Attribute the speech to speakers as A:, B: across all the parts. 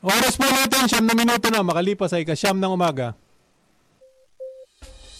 A: Oras po natin, siyam na minuto na, makalipas ay kasyam ng umaga.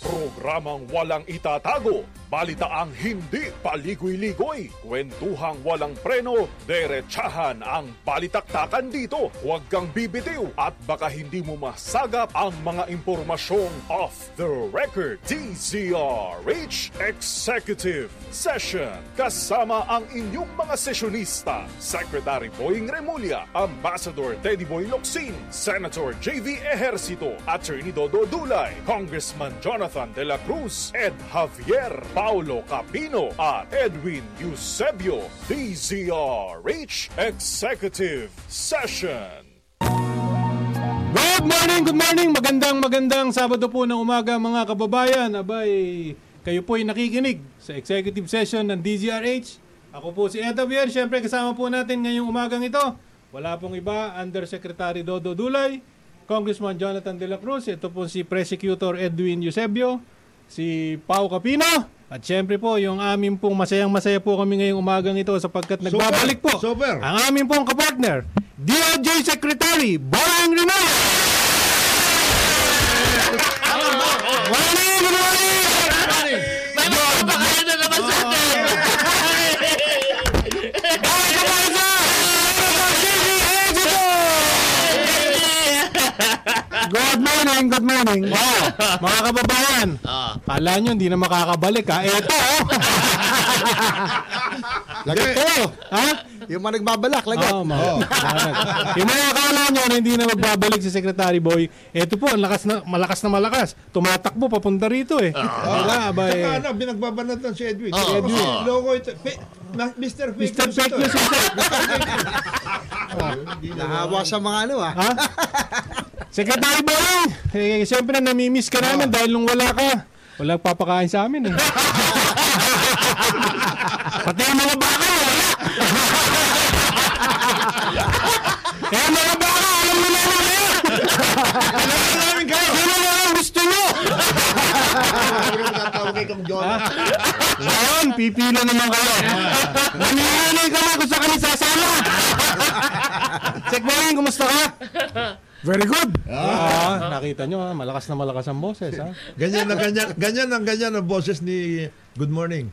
B: Programang walang itatago, balitaang hindi paligoy-ligoy, kwentuhang walang preno, derechahan ang balitaktakan dito. Huwag kang bibitiw at baka hindi mo masagap ang mga impormasyong off the record. DZRH Executive Session kasama ang inyong mga sesyonista, Secretary Boying Remulla, Ambassador Teddy Boy Locsin, Senator JV Ejercito, Attorney Dodo Dulay, Congressman Jonathan de la Cruz, Ed Javier, Paulo Capino, at Edwin Eusebio, DZRH Executive Session.
A: Good morning, good morning. Magandang magandang Sabado po ng umaga mga kababayan. Abay, kayo po ay nakikinig sa executive session ng DGRH. Ako po si Ed Javier. Siyempre kasama po natin ngayong umagang ito. Wala pong iba, Undersecretary Dodo Dulay, Congressman Jonathan De La Cruz, ito po si Prosecutor Edwin Eusebio, si Pau Capino, at siyempre po yung aming pong masayang-masaya po kami ngayong umagang ito sapagkat nagbabalik po
C: super.
A: ang aming pong kapartner, DOJ Secretary Boring Remulla. Morning, good morning!
D: Napakabakalan na naman sa atin!
A: Good morning, good morning. Wow, mga kababayan.
D: Ah.
A: Kala nyo, hindi na makakabalik ha. Eto, oh.
C: Lagay.
A: Eto, ha?
C: Yung mga nagbabalak, lagay.
A: Oo, mga- Yung mga akala nyo na hindi na magbabalik si Secretary Boy, eto po, ang lakas na, malakas na malakas. Tumatakbo papunta rito eh. Diba, abay?
E: Saka ano, binagbabanatan si Edwin.
D: Oo.
E: Si Edwin.
D: Oo.
E: Loko ito. Fe- Ma- Mr. Fake
A: Mr.
E: News
A: Fake
E: ito.
A: News ito.
C: Nahawa sa mga ano ah.
A: Ha? Secretary Boyong, eh, siyempre namimiss ka namin dahil nung wala ka, wala papakain sa amin eh. Pati yung mga baka, wala. Kaya Eh, mga baka, alam mo na namin kayo. alam mo namin kayo. Sino na ang gusto nyo? Ngayon, pipila naman kayo. Manihanay ka na kung sa kami sasama. Sek Boyong, kumusta ka? Very good. Ah, nakita nyo, ha? malakas na malakas ang boses. ah. Ha?
E: Ganyan na ganyan, ganyan ang ganyan ang boses ni Good Morning,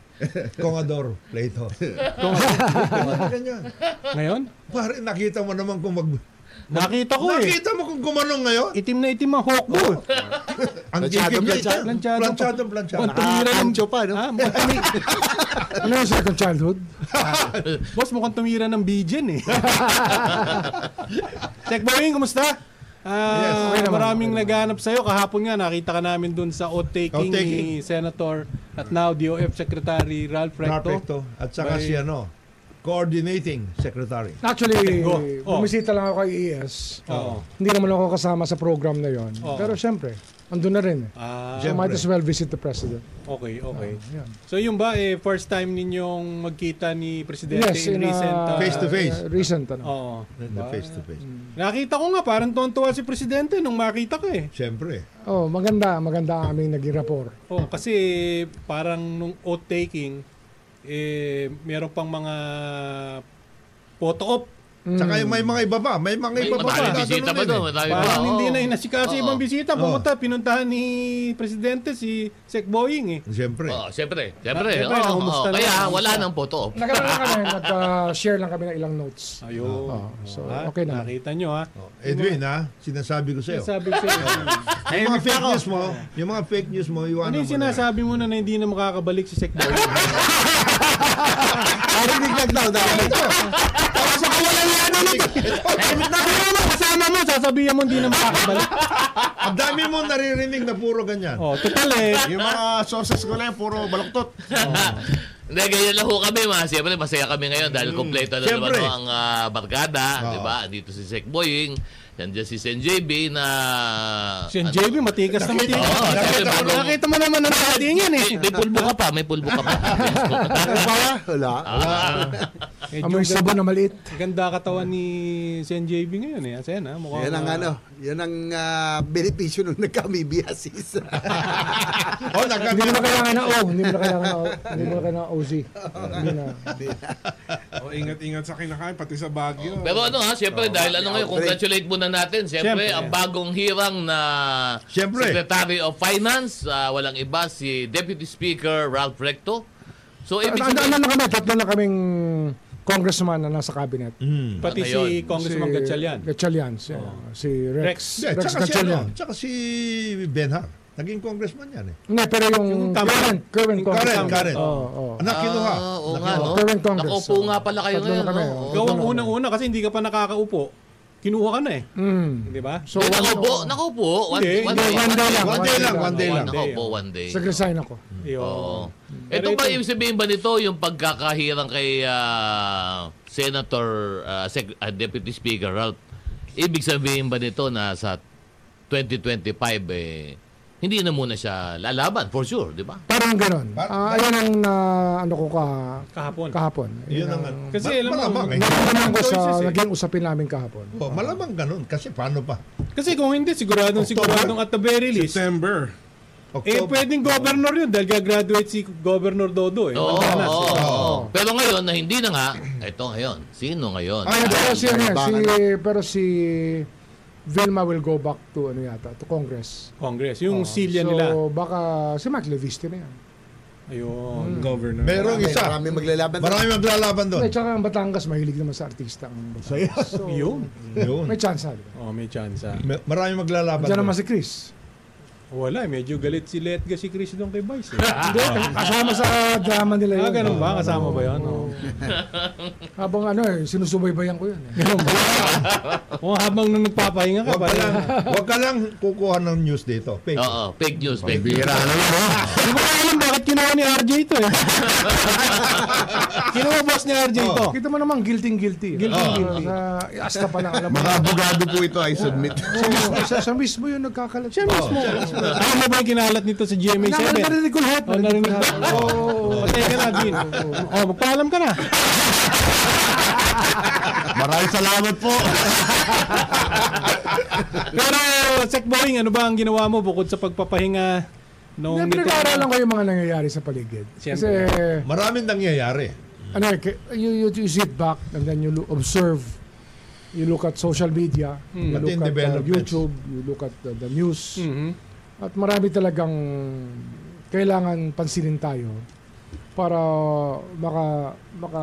E: Kongador Plato. ganyan, ganyan.
A: Ngayon,
E: Pare, nakita mo naman kung mag...
A: nakita ko eh.
E: Nakita mo kung gumanong ngayon?
A: Itim na itim ang hawkbo. Oh,
E: Ang gigil
C: Planchado,
E: niya.
C: planchado.
A: Planchado.
E: Planchado, planchado.
C: Nakakancho pa, no?
A: Ah, ano yung second childhood? Boss, mukhang tumira ng BJ eh. Check Boeing, kumusta? Ah,
E: Yes, okay naman,
A: maraming naghanap sa'yo. Kahapon nga, nakita ka namin dun sa oath-taking ni
E: Oath-taking.
A: Senator at now DOF Secretary Ralph Recto.
E: Perfecto. At saka
A: By-
E: si ano, Coordinating Secretary.
F: Actually,
A: Go. Oh.
F: bumisita lang ako kay ES.
A: Oo.
F: Hindi naman ako kasama sa program na yon.
A: Oo.
F: Pero syempre, andun na rin. eh.
A: Ah,
F: So might as well visit the president.
A: okay, okay.
F: Yan.
A: So yun ba, eh, first time ninyong magkita ni Presidente in,
F: a-
A: recent... ah,
E: Face to face.
F: uh, recent. Ano.
A: Oo.
E: The face to face.
C: Mm.
A: Nakita ko nga, parang tuwan si Presidente nung makita ka eh.
E: Siyempre.
F: Oh, maganda, maganda ang aming naging rapport.
A: Oh, kasi parang nung oath taking, eh, meron pang mga photo op. Hmm.
E: Saka yung may mga iba pa. May mga iba pa.
D: Matami
E: pa,
D: bisita pa
E: tatanungin
D: doon,
E: eh.
D: matami pa. Oh,
A: Parang
D: oo.
A: hindi na inasikaso
D: Oo.
A: ibang bisita. Pumunta, pinuntahan ni Presidente si Sec Boying eh.
E: Siyempre.
D: Oo, oh, siyempre. Siyempre.
A: Ah, siyempre,
D: oo,
A: nakumusta
D: oo.
A: na
D: Kaya
A: lang.
D: wala nang photo.
F: Nagkaroon lang kami, nag-share lang kami ng ilang notes.
A: Ayun.
F: Oo, so,
A: Ah,
F: okay na.
A: Nakita nyo ha.
D: Oh.
E: Edwin, ha? Sinasabi ko sa'yo.
A: Sinasabi ko sa'yo.
E: Yung mga fake news mo, yung mga fake news mo, iwanan
A: ano
E: mo.
A: yung sinasabi mo na, na hindi na makakabalik si Sec Boying?
C: Narinig lang daw dahil.
A: Sa kawalan na ano nito. Nakakala mo, kasama mo, sasabihin mo hindi na makakabalik.
E: Ang dami mo naririnig na puro ganyan.
A: Oh, total eh.
C: Yung mga sources ko na yun, puro baluktot.
D: Hindi, ganyan lang ho kami. Mga, siyempre, masaya kami ngayon dahil kompleto na naman
E: Mm, Siyempre.
D: ho ang ah, barkada.
E: Oo.
D: Di ba? Dito si Sek Boying. Nandiyan si Sen JB na...
A: Si
D: ano-
A: JB, matikas na matikas.
D: Oo, siyempre,
A: Nakita mo-
D: bagong-
A: Nakita mo naman ang nakatingin eh.
D: May, may pulbo ka pa, may pulbo ka pa.
C: Ano pa? Wala.
D: Ah,
A: Medyo
F: Amoy sabon na maliit.
A: Ganda katawan ni Sen JB ngayon eh. Sen ha, mukhang...
C: Yan ang
A: ah,
C: ano, yan ang ah, benepisyo nung nagkamibiasis.
E: Oh,
F: Hindi mo na
E: nagkakaroon.
F: kailangan na O. Hindi mo na kailangan na O. Hindi mo na kailangan na OZ. Hindi na.
G: O ingat-ingat sa kinakain, pati sa Baguio.
D: Pero ano ha, siyempre dahil ano ngayon, congratulate muna natin.
A: Siyempre,
D: Siyempre, ang
A: yeah.
D: bagong hirang na
E: Siyempre.
D: Secretary of Finance, ah, walang iba si Deputy Speaker Ralph Recto. So, ibig
F: Ano ano
D: sabihin,
F: na kami? Tatlo na kaming congressman na nasa cabinet.
A: Pati si
D: Ngayon.
A: Congressman Gatchalian.
F: Gatchalians, yeah. Si
A: Rex.
F: Rex.
E: Yeah,
F: Rex
E: tsaka si, ano,
F: Gatchalian.
E: tsaka si Benhar. Naging congressman yan eh.
F: Hindi, pero yung
A: Yung tama.
F: current, current
A: Yung
F: Congress.
E: Karen, Karen.
F: Oo, oo.
E: Anak kinuha.
D: Ah, oo nga, no?
F: Current Congress.
D: Nakaupo nga pala kayo
F: Tatlo na
D: ngayon.
F: kami,
D: no?
F: oh.
D: Oo.
A: Gawang unang-una kasi hindi ka pa nakakaupo. Kinuha ka na eh.
F: Mm.
A: Di ba?
F: So,
D: Hindi,
F: one-
D: nakaupo, nakaupo. One,
A: Hindi, hindi,
D: one, day, one day,
E: One day lang, one day lang.
D: Nakaupo, one day.
F: Nag-resign ako.
A: Yun.
D: Oo.
A: Mm. Pero
D: Ito ba
A: ito-
D: yung sabihin ba nito yung pagkakahirang kay ah, Senator ah, Sec- ah, Deputy Speaker Ralph? Ibig sabihin ba nito na sa 2025 eh hindi na muna siya lalaban for sure, di ba?
F: Parang ganun.
E: Par-
F: Ah, ayan ang na, ano ko ka,
A: Kahapon.
F: kahapon.
E: Yun
F: Ayan
E: ang ano.
A: Kasi
E: Ma-
A: alam mo,
E: malamang eh.
F: Nakatanong ko sa
A: Choices eh.
F: naging usapin namin kahapon.
E: Oh, malamang ganun. Kasi paano pa?
A: Kasi kung hindi, siguradong siguradong at the very least,
G: September.
A: eh pwedeng governor yun dahil gagraduate si Governor Dodo eh.
D: Oo,
A: Wala na.
D: oo, oo. Pero ngayon na hindi na nga, ito ngayon. Sino ngayon?
F: Ay, pero si, ano yan, si,
C: Abangan.
F: pero si Vilma will go back to, ano yata, to Congress.
A: Congress, yung
F: Oo.
A: silya
F: so,
A: nila.
F: baka si Mike Leviste na yan.
E: hmm.
A: Ayun.
G: Governor.
E: Merong isa.
C: Marami maglalaban.
E: Marami maglalaban doon.
F: Eh, tsaka ang Batangas, mahilig naman sa artista ang Batangas. So,
A: Yun.
E: Yun.
F: may chance na, di ba?
A: Oh, may chance ah.
E: Me- Marami maglalaban
F: Diyan
E: doon.
F: naman si Chris.
A: Wala, eh, medyo galit si Letga si Chris doon kay Vice. Eh.
F: Hindi, kasama sa drama nila
A: Ah,
F: yun.
A: ganun ba? Kasama ba yun? Oo.
F: Habang ano eh, sinusubaybayan ko yun. Eh.
A: Oh, habang nung nagpapahinga ka
E: Huwag ka lang,
A: pala.
E: huwag ka lang kukuha ng news dito. Fake.
D: Oo, fake news, fake news.
H: Bira na naman, ha?
A: Hindi ko alam bakit kinuha ni RJ ito eh. kinuha boss ni RJ ito.
F: Kita mo naman, guilty-guilty. Guilty-guilty. Sa asta pa lang, alam mo.
H: Mga abogado po ito, I submit.
F: Sa, sa mismo yun nagkakalat. Oh,
A: Siya mismo. Ano mo ba yung kinalat nito sa GMA 7?
F: Narinig ko lahat.
A: Oh, narinig ba?
F: Oo.
A: Oh, teka na, Dean. Oh, magpaalam ka na.
H: Maraming salamat po.
A: Pero, Sec Boring, ano ba ang ginawa mo bukod sa pagpapahinga nung
F: Hindi, pinag-aaralan ko yung mga nangyayari sa paligid. Kasi,
A: Siyempre.
E: Maraming nangyayari.
F: ano, eh, k- you, you, you sit back and then you lo- observe. You look at social media, you
E: Pati
F: look
E: yung
F: at uh,
E: developments.
F: YouTube, you look at uh, the, the news.
A: Mhm.
F: At marami talagang kailangan pansinin tayo para maka maka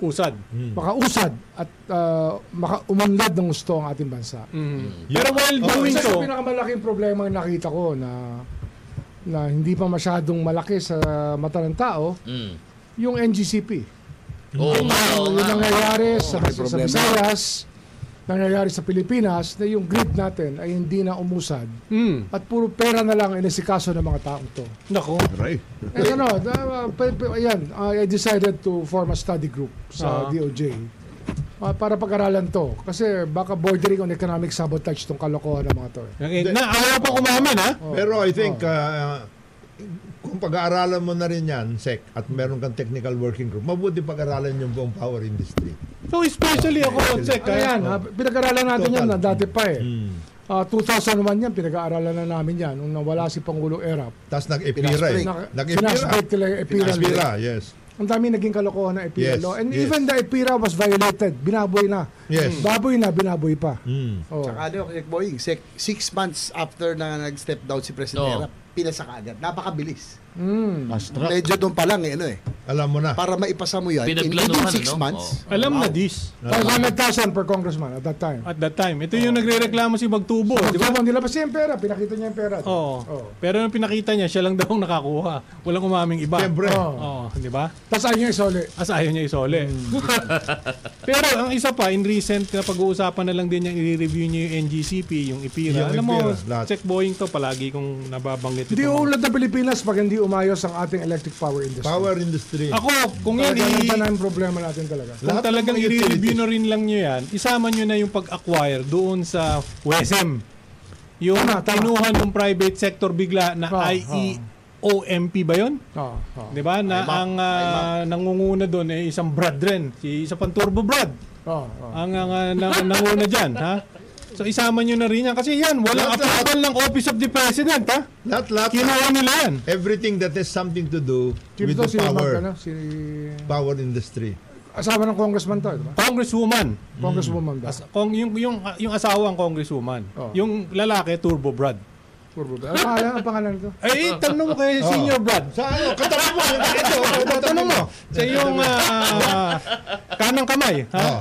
A: Usad.
F: makausad at uh, makaumunlad ng gusto ang ating bansa.
A: Mm. Pero while doing
F: Isa
A: so,
F: sa pinakamalaking problema yung nakita ko na na hindi pa masyadong malaki sa mata ng tao,
D: Mm.
F: yung NGCP.
D: Oo nga,
A: ano
D: oo
F: yung
D: nga.
F: nangyayari sa,
C: may
F: sa
C: problema.
F: Visayas, nangyayari sa Pilipinas, na yung grid natin ay hindi na umusad
A: Mm.
F: at puro pera na lang inisikaso ng mga taong to.
A: Nako.
H: Aray.
F: Eh, ano, uh, pe- pe- ayan, I decided to form a study group sa
A: Ah.
F: DOJ uh, para pag-aralan to. Kasi baka bordering on economic sabotage itong kalokohan ng mga to. eh.
A: Okay, Na, ayaw pa kumaman, ha?
F: Oh.
E: Pero I think, ah, kung pag-aaralan mo na rin yan, SEC, at meron kang technical working group, mabuti pag-aralan yung buong power industry.
A: So, especially ako, Sec,
F: Ano yan,
A: ha?
F: ha? pinag-aralan natin
E: Total.
F: yan na dati pa eh.
E: Hmm.
F: Ah, 2001 yan, pinag-aaralan na namin yan nung nawala si Pangulo Erap.
E: Tapos nag-epira eh.
F: Naka-
E: Nag-epira.
F: Sinaspect nila yung EPIRA.
E: Nag-epira, yes.
F: Ang dami naging kalokohan ng EPIRA
E: Yes,
F: law. And
E: yes.
F: even the EPIRA was violated. Binaboy na.
E: Yes.
F: Baboy na, binaboy pa.
E: Mm.
F: Oh.
C: Tsaka ano, Kek Boying, sec- six months after na nag-step down si President
D: Oo.
C: Herap, pinasa ka agad. Napakabilis.
F: Mm.
H: Astra.
C: Medyo doon pa lang eh, ano eh.
E: Alam mo na.
C: Para maipasa mo yan, in
D: Pinagplanuhan,
C: within six
D: ano?
H: Oh.
C: months,
A: Alam na this.
F: 500,000 per congressman at that time.
A: At that time. Ito
E: Oh.
A: yung nagre-reklamo si Magtubo, di ba?
F: Pagkabang nilabas niya yung pera, pinakita niya yung pera. Oh.
A: Oo.
E: Oh.
F: Oo.
A: Pero nung pinakita niya, siya lang daw ang nakakuha. Walang umaming iba.
E: Siyempre.
F: Oo.
A: Oo, di ba?
F: Tapos ayun yung isole.
A: As ayaw niya isole.
E: Hmm.
A: Pero ang isa pa, in recent na pag-uusapan na lang din yung i-review niya yung NGCP, yung IPIRA.
E: Yung
A: Alam mo,
E: IPIRA, lahat.
A: check boying to palagi kung nababanggit
F: Hindi
A: ito.
F: uulad ng Pilipinas pag hindi umayos ang ating electric power industry.
E: Power industry.
A: Ako, kung yan,
F: Talaga
A: i-
F: yun pa na yung problema natin talaga.
A: kung
E: Lahat ng
A: talagang
E: mga utilities.
A: i-review na rin lang nyo yan, isama nyo na yung pag-acquire doon sa WESM. Yung
F: Tama, tama.
A: kinuha ng private sector bigla na E
F: Ah,
A: IE, OMP ba yun?
F: Oo, oo.
A: 'Di ba? Na ang ah, nangunguna doon ay isang Brad rin, si isa pang Turbo Brad.
F: Oo, oo.
A: Ang ang ah, na, nanguna diyan, ha? So isama nyo na rin yan kasi yan, walang
E: Lahat, lahat.
A: approval ng Office of the President, ha?
E: Lahat, lahat.
A: Kinuha nila yan.
E: Everything that has something to do with
F: Dito
E: the
F: si Mark, ano,
E: power.
F: si
E: Power industry.
F: asawa ng congressman to, di ba?
A: Congresswoman.
E: Mm.
F: Congresswoman ba?
A: As, kong, yung, yung, yung asawa ang congresswoman.
F: Oh.
A: Yung lalaki, Turbo Brad.
F: Puro ba? Ano pangalan, ang pangalan nito?
A: Eh, tanong mo kay
E: Oh.
A: Senior Brad.
C: Ah,
E: Sa ano? Katabi mo. Ito.
A: Oh, tanong mo. Siya yung ah, kanang kamay.
E: Oh.
A: Ha?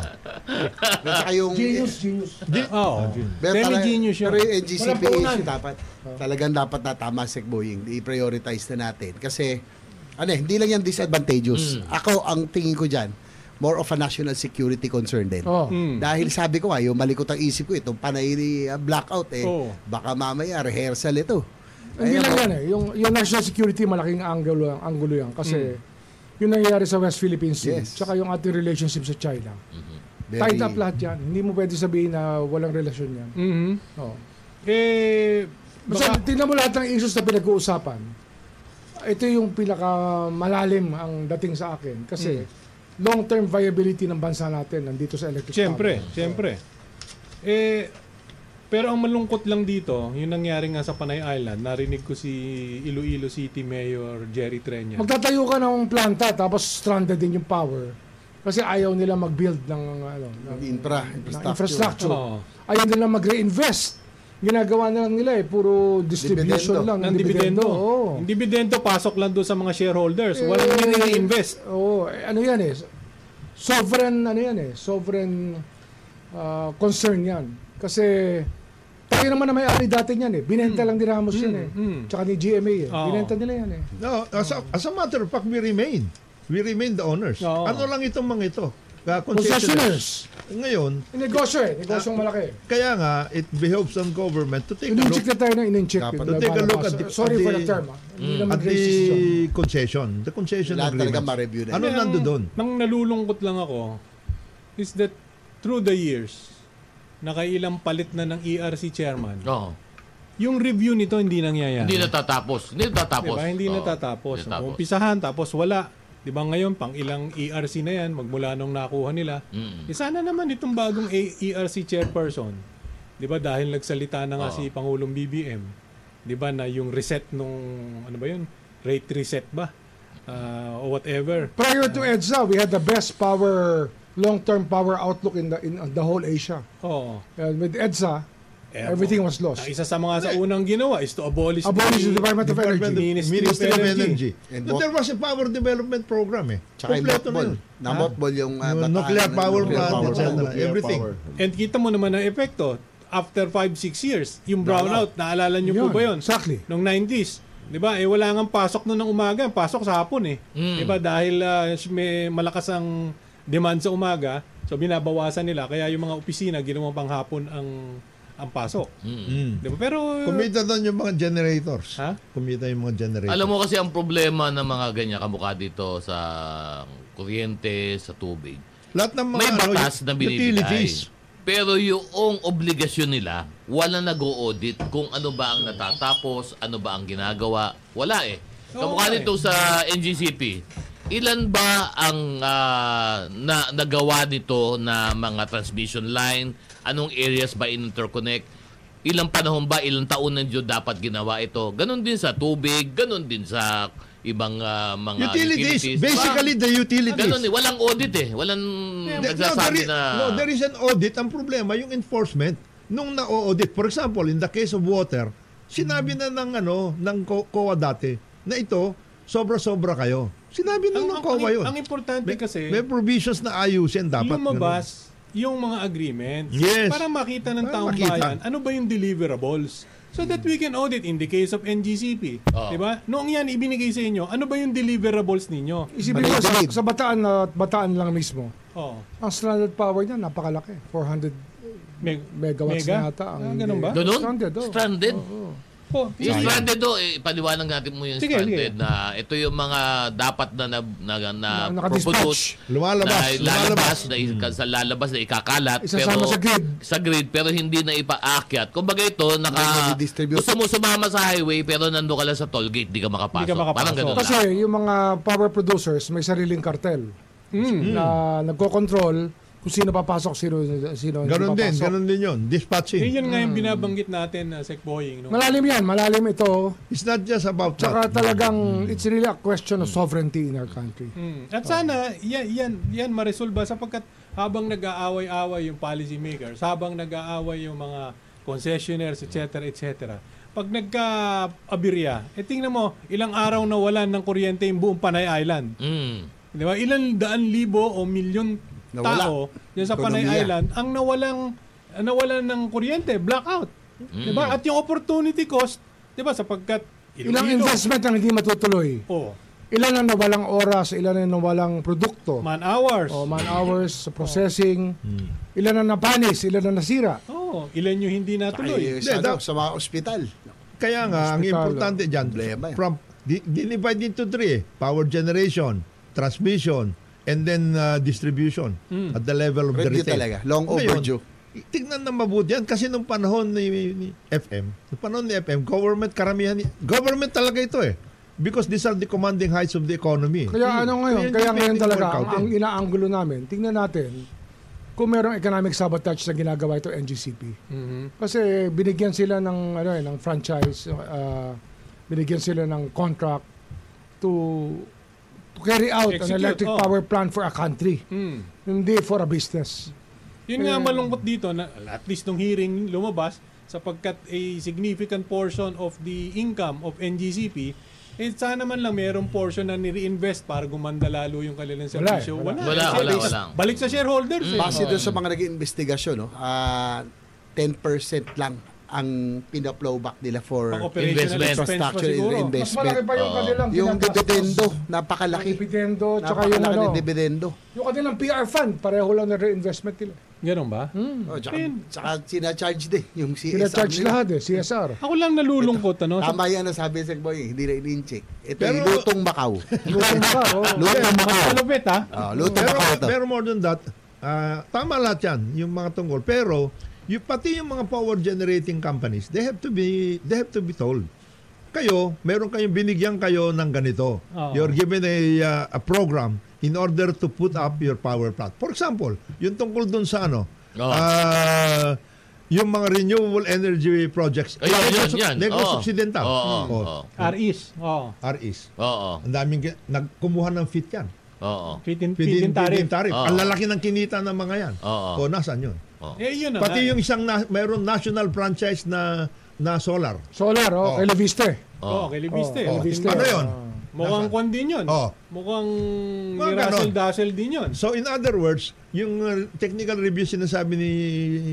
C: Saka yung...
F: Genius, genius.
A: Oo.
C: Pero para-
A: Semi-genius yun.
C: Pero eh, yung NGCP
F: Walang puhunan.
C: issue dapat, talagang dapat natama si Boeing. I-prioritize na natin. Kasi, ano eh, hindi lang yan disadvantageous. Ako, ang tingin ko dyan, more of a national security concern din.
F: Oo.
C: Dahil sabi ko nga, yung malikot ang isip ko, eh, itong panay ni uh, blackout eh,
A: Oo.
C: baka mamaya rehearsal ito.
F: Hindi
C: Ayan,
F: lang
C: oh.
F: yan eh. Yung, yung national security, malaking angulo, angulo yan. Kasi yung nangyayari sa West Philippine Sea,
C: Hmm. Yes.
F: tsaka yung ating relationship sa China.
C: Very-
F: Tied up lahat yan. Hindi mo pwede sabihin na walang relasyon yan.
A: Mhm.
F: Oo.
A: Eh,
F: Basta
A: baka-
F: tingnan mo lahat ng issues na pinag-uusapan. Ito yung pinakamalalim ang dating sa akin. Kasi
C: Hmm.
F: long-term viability ng bansa natin nandito sa electric
A: Siyempre,
F: power.
A: siyempre. Eh, pero ang malungkot lang dito, yung nangyari nga sa Panay Island, narinig ko si Iloilo City Mayor Jerry Treña.
F: Magtatayo ka ng planta tapos stranded din yung power. Kasi ayaw nila mag-build ng ano, ng,
C: Infra,
F: ng
C: infrastructure.
F: infrastructure.
A: Oo.
F: Ayaw nila mag-reinvest. Ginagawa na lang nila eh, puro distribution
C: Dividendo.
F: lang
A: ng dividendo.
F: Oo.
A: Yung dividendo, pasok lang doon sa mga shareholders. Walang
F: Eh,
A: hindi invest
F: Oo, eh, ano yan eh. Sovereign, ano yan eh. Sovereign ah, concern yan. Kasi tayo naman na may-ari dati niyan eh. Binenta lang din Ramos yan eh.
A: mm.
F: Tsaka ni GMA eh.
A: Hmm. Oo.
F: Binenta nila yan eh.
E: No, as a, as a matter of fact, we remain. We remain the owners.
A: Oo.
E: Ano lang itong mga ito? Uh,
F: Concessioners.
E: Ngayon,
F: Yung Negosyo
E: Ah,
F: eh. Negosyong malaki.
E: kaya nga, it behoves on government to take a look
F: Inincheck na tayo na inincheck.
C: Dapat-
F: Yung
E: Take a look at
F: So-
E: the-
F: Sorry
E: at
F: for
E: the-
F: the term ah. Hindi naman
E: at
F: racist yun.
E: the concession. The concession
C: Lahat talaga
E: agreement.
C: ma-review na.
E: Ano
A: Kaya
E: nando
A: ang-
E: doon?
A: Ang nalulungkot lang ako is that through the years, nakailang palit na ng ERC chairman,
D: Oo.
A: yung review nito hindi nangyayari.
D: Hindi natatapos. Hindi natatapos.
A: Diba? Hindi
D: Oo.
A: natatapos.
D: Hindi natatapos.
A: Umpisahan, tapos wala. Di ba ngayon, pang ilang ERC na yan, magmula nung nakuha nila.
D: Mm.
A: Eh, sana naman itong bagong A- ERC chairperson, di ba dahil nagsalita na nga
D: Oo.
A: si Pangulong BBM, di ba diba, na yung reset nung, ano ba yun, rate reset ba? Ah, o whatever.
F: Prior to EDSA, we had the best power, long-term power outlook in the, in uh, the whole Asia.
A: Oo.
F: And with EDSA,
A: Epo.
F: everything was
A: Ang
F: lost.
A: Ah, isa sa mga sa unang ginawa is to abolish,
F: Abolish the Department of
E: Department
F: Energy.
E: of-
A: Ministry
E: Ministry,
A: of
E: of
A: Energy.
E: Energy.
C: And
E: So,
C: what-
E: there was a power development program eh.
C: Tsaka yung
E: Kompleto na
C: mothball.
E: yun.
C: Na-mothball yung ah,
E: Yung
C: bataan
E: nuclear
C: ng
E: power
C: nuclear
E: plant,
C: power
E: etc.
C: plant.
E: Everything.
A: And kita mo naman ang epekto. After 5-6 years, yung brownout, naalala nyo po
F: Yun,
A: ba yun?
F: exactly.
A: Noong 90s. 'Di ba? Eh wala ngang pasok noon ng umaga, pasok sa hapon eh.
D: Mm.
A: 'Di ba? Dahil ah, may malakas ang demand sa umaga, so binabawasan nila kaya yung mga opisina ginawa pang hapon ang ang pasok.
E: Mm.
F: Hmm.
A: 'Di ba? Pero
E: Kumita doon yung mga generators.
A: Ha?
E: Kumita yung mga generators.
D: Alam mo kasi ang problema ng mga ganyan kamukha dito sa kuryente, sa tubig.
E: Lahat ng mga
D: May
E: ano,
D: batas na binibigay.
E: utilities.
D: Pero yung obligasyon nila, wala nag-audit kung ano ba ang natatapos, ano ba ang ginagawa. Wala eh.
A: Oo,
D: Kamukha
A: wala
D: nito sa NGCP. Ilan ba ang ah, na, nagawa nito na mga transmission line? Anong areas ba interconnect? Ilang panahon ba, ilang taon na dyan dapat ginawa ito? Ganon din sa tubig, ganon din sa ibang ah, mga
E: Utilities. Basically, the utilities.
D: Ganun eh, walang audit eh. Walang
E: There- no, there
D: nagsasabi
E: is-
D: na...
E: no, there is an audit. Ang problema, yung enforcement. Nung na-audit, for example, in the case of water, sinabi na ng, ano, ng Co- COA dati na ito, sobra-sobra kayo. Sinabi na
A: ang,
E: ng
A: ang,
E: COA yun.
A: ang importante
E: may,
A: kasi
E: may provisions na ayusin dapat.
A: lumabas yung mga agreements
E: Yes.
A: para makita ng
E: Para
A: taong
E: makita.
A: bayan ano ba yung deliverables so that we can audit in the case of NGCP.
D: Oo.
A: 'Di ba? Noong yan ibinigay sa inyo, ano ba yung deliverables ninyo?
F: Isipin mo sa, sa bataan na bataan lang mismo.
A: Oh.
F: Ang stranded power niya napakalaki. 400
A: Meg-
F: megawatts
A: mega?
F: na yata
A: Ah,
F: ang
A: ganun ba?
D: Ganun?
F: Stranded, oh.
D: Stranded?
A: Oh,
D: Yung
A: sige.
D: stranded do, eh, paliwanag natin mo yung
A: Sige, sige.
D: stranded na ito yung mga dapat na na, na, na
F: Na- nakadispatch.
D: propose
E: Lumalabas,
D: na
E: lumalabas.
D: lalabas, na i-
E: Hmm.
D: sa lalabas na ikakalat
F: Isasama sa grid.
D: sa grid pero hindi na ipaakyat. Kumbaga ito naka
C: Hindi nadidistribute.
D: gusto mo sumama sa highway pero nando ka lang sa toll gate, di ka makapasok.
A: Di ka makapasok.
D: Parang ganun.
F: Kasi
D: lang.
F: yung mga power producers may sariling kartel
A: Mm.
F: na nagko-control kung sino papasok, sino sino hindi
E: Ganon din,
F: papasok.
E: ganon din yun.
A: Yun
E: Dispatching.
A: yun nga yung binabanggit natin, uh, Sec Boying. No?
F: Malalim 'yan, malalim ito.
E: It's not just about that.
F: Tsaka talagang it's really a question of sovereignty in our country.
A: Mm. At sana, yan, yan, yan maresolba sapagkat habang nag-aaway-away yung policy makers, habang nag-aaway yung mga concessionaires, etc., etc., pag nagka-abirya, eh tingnan mo, ilang araw na wala ng kuryente yung buong Panay Island.
D: Mm.
A: Di ba? Ilang daan libo o milyon
C: Nawala.
A: tao dyan sa Panay
C: Ekonomiya.
A: Island ang nawalang nawalan ng kuryente, blackout. Di ba? At yung opportunity cost, di ba? Sapagkat
F: Ilang
A: Iloilo-
F: investment ang hindi matutuloy.
A: Oh,
F: Ilan ang nawalang oras, ilan ang nawalang produkto.
A: man hours.
F: o man hours,
E: Oh.
F: processing.
E: Hmm.
F: Ilan ang napanis, ilan ang nasira.
A: Oh, ilan yung hindi natuloy?
C: Ay, sa,
E: Hindi,
C: ano,
E: da-
C: sa mga ospital.
E: Kaya nga, ang
F: Hospital,
E: importante dyan,
C: Problema eh.
E: from, di- dinivide into three, eh. power generation, transmission, and then uh, distribution
F: Hmm.
E: at the level of the
C: Review
E: retail.
C: talaga. Long
E: Ngayon,
C: overdue.
E: i- Tignan na mabuti yan kasi nung panahon ni, ni FM, nung panahon ni FM, government karamihan, ni- government talaga ito eh. Because these are the commanding heights of the economy. Hmm.
F: Kaya ano ngayon,
E: Kaya
F: kaya
E: hindi
F: ngayon
E: pwedeng
F: talaga, ang,
E: workout eh.
F: ang inaanggulo namin, tingnan natin kung merong economic sabotage na ginagawa ito NGCP. Kasi binigyan sila ng, ano eh, ng franchise, uh, binigyan sila ng contract to to carry out an
A: Execute,
F: electric
A: oh.
F: power plant for a country,
A: Hmm.
F: hindi for a business.
A: Yun nga ang malungkot dito na at least nung hearing lumabas sapagkat a significant portion of the income of NGCP eh sana man lang mayroong portion na nireinvest para gumanda lalo yung kanilang
F: Wala eh,
A: serbisyo. Wala,
F: wala.
D: Wala,
A: Kasi
D: wala,
A: base-
D: wala. Hmm.
A: Balik sa shareholders. eh.
C: Base
A: Oh.
C: doon sa mga naging investigasyon, no, ah, 10% lang ang pina-flowback nila for
A: Pang operational
D: Investment.
A: expense pa
C: infrastructure
A: siguro.
C: and
F: Mas malaki
C: investment.
F: pa yung
D: Oo.
F: kanilang
C: Ah. Yung
F: ginagastos.
C: dividendo,
F: Yung
C: napakalaki.
F: dividendo, tsaka yung
C: Napakalaki
F: ano,
C: ng dividendo.
F: yung kanilang PR fund, pareho lang na reinvestment nila.
A: Ganun ba?
C: Oh, tsaka, tsaka sinacharge din yung CSR.
F: Sina-charge
C: nila.
F: lahat eh, CSR.
A: Ako lang nalulungkot ano.
C: Tama yan ang sabi sa boy, hindi na in-check. Ito
E: Pero-
C: yung lutong Macau.
F: Lutong ka, oh.
A: Mas
C: lutong Macau.
A: malupit ha.
C: Ah, lutong
E: Pero,
C: Macau to.
E: pero more than that, ah, tama lahat yan, yung mga tungkol. Pero, yung, pati yung mga power generating companies, they have to be, they have to be told. Kayo, meron kayong binigyan kayo ng ganito.
A: Oo.
E: You're given a, ah, a program in order to put up your power plant. For example, yung tungkol dun sa ano,
D: Oo.
E: ah, yung mga renewable energy projects.
D: Ayun, yun, yan.
E: Negros
D: Oo.
E: Occidental. Hmm.
D: Oo, oo, oo.
A: REs. Oh.
E: REs.
D: Oo.
E: Ang daming, ki- nagkumuha ng fit yan.
D: Oo.
A: Fit in, fit
E: Pidin,
A: in tariff.
E: pidin tariff.
D: Oo.
E: Ang lalaki ng kinita ng mga yan.
D: Oo.
E: O, nasaan yun?
A: Eh yun na
E: Pati
A: nga.
E: yung isang na, mayroon national franchise na na solar.
F: Solar, oh, kay Leviste.
A: Oo, kay Libiste. Oh,
F: Oh, Libiste.
E: Ano yun?
A: Mukhang
E: Nasaan?
A: kwan din yun.
E: Oo.
A: Mukhang
E: Mga ganon.
A: nirasel-dasel din yun.
E: So in other words, yung uh, technical review sinasabi ni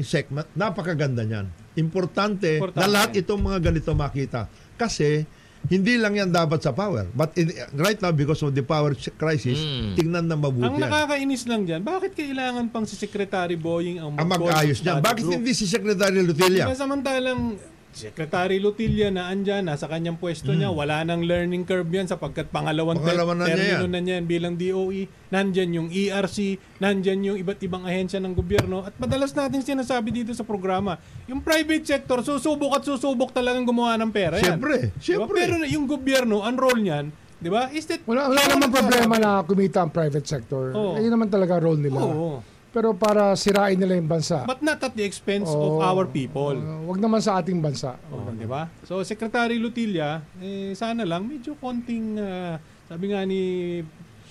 E: SEC, ma- napakaganda niyan. Importante,
A: Importante.
E: na lahat itong mga ganito makita. Kasi hindi lang yan dapat sa power. But in, right now, because of the power crisis,
D: Mm.
E: tignan na mabuti
A: Ang
E: yan.
A: nakakainis lang dyan, bakit kailangan pang si Secretary Boying ang
E: ang mag-ayos niyan. Bakit hindi si Secretary Lutilia?
A: Diba samantalang Secretary Lutilia na andyan, nasa kanyang pwesto niya, wala nang learning curve yan sapagkat pangalawang ter-
E: Pangalawa Hmm. na niya
A: termino
E: yan.
A: na niya yan bilang DOE. Nandyan yung ERC, nandyan yung iba't ibang ahensya ng gobyerno. At madalas natin sinasabi dito sa programa, yung private sector, susubok at susubok talagang gumawa ng pera yan.
E: Siyempre,
A: Diba?
E: siyempre.
A: Pero yung gobyerno, ang role niyan, di ba, is that...
F: Wala, wala namang problema na Oh. kumita ang private sector.
A: Oo.
F: Ayun naman talaga role nila.
A: Oo.
F: Pero para sirain nila yung bansa.
A: But not at the expense
F: Oo.
A: of our people.
F: Uh, wag naman sa ating bansa.
A: Oh, di ba? So Secretary Lutilia, eh sana lang medyo konting ah, sabi nga ni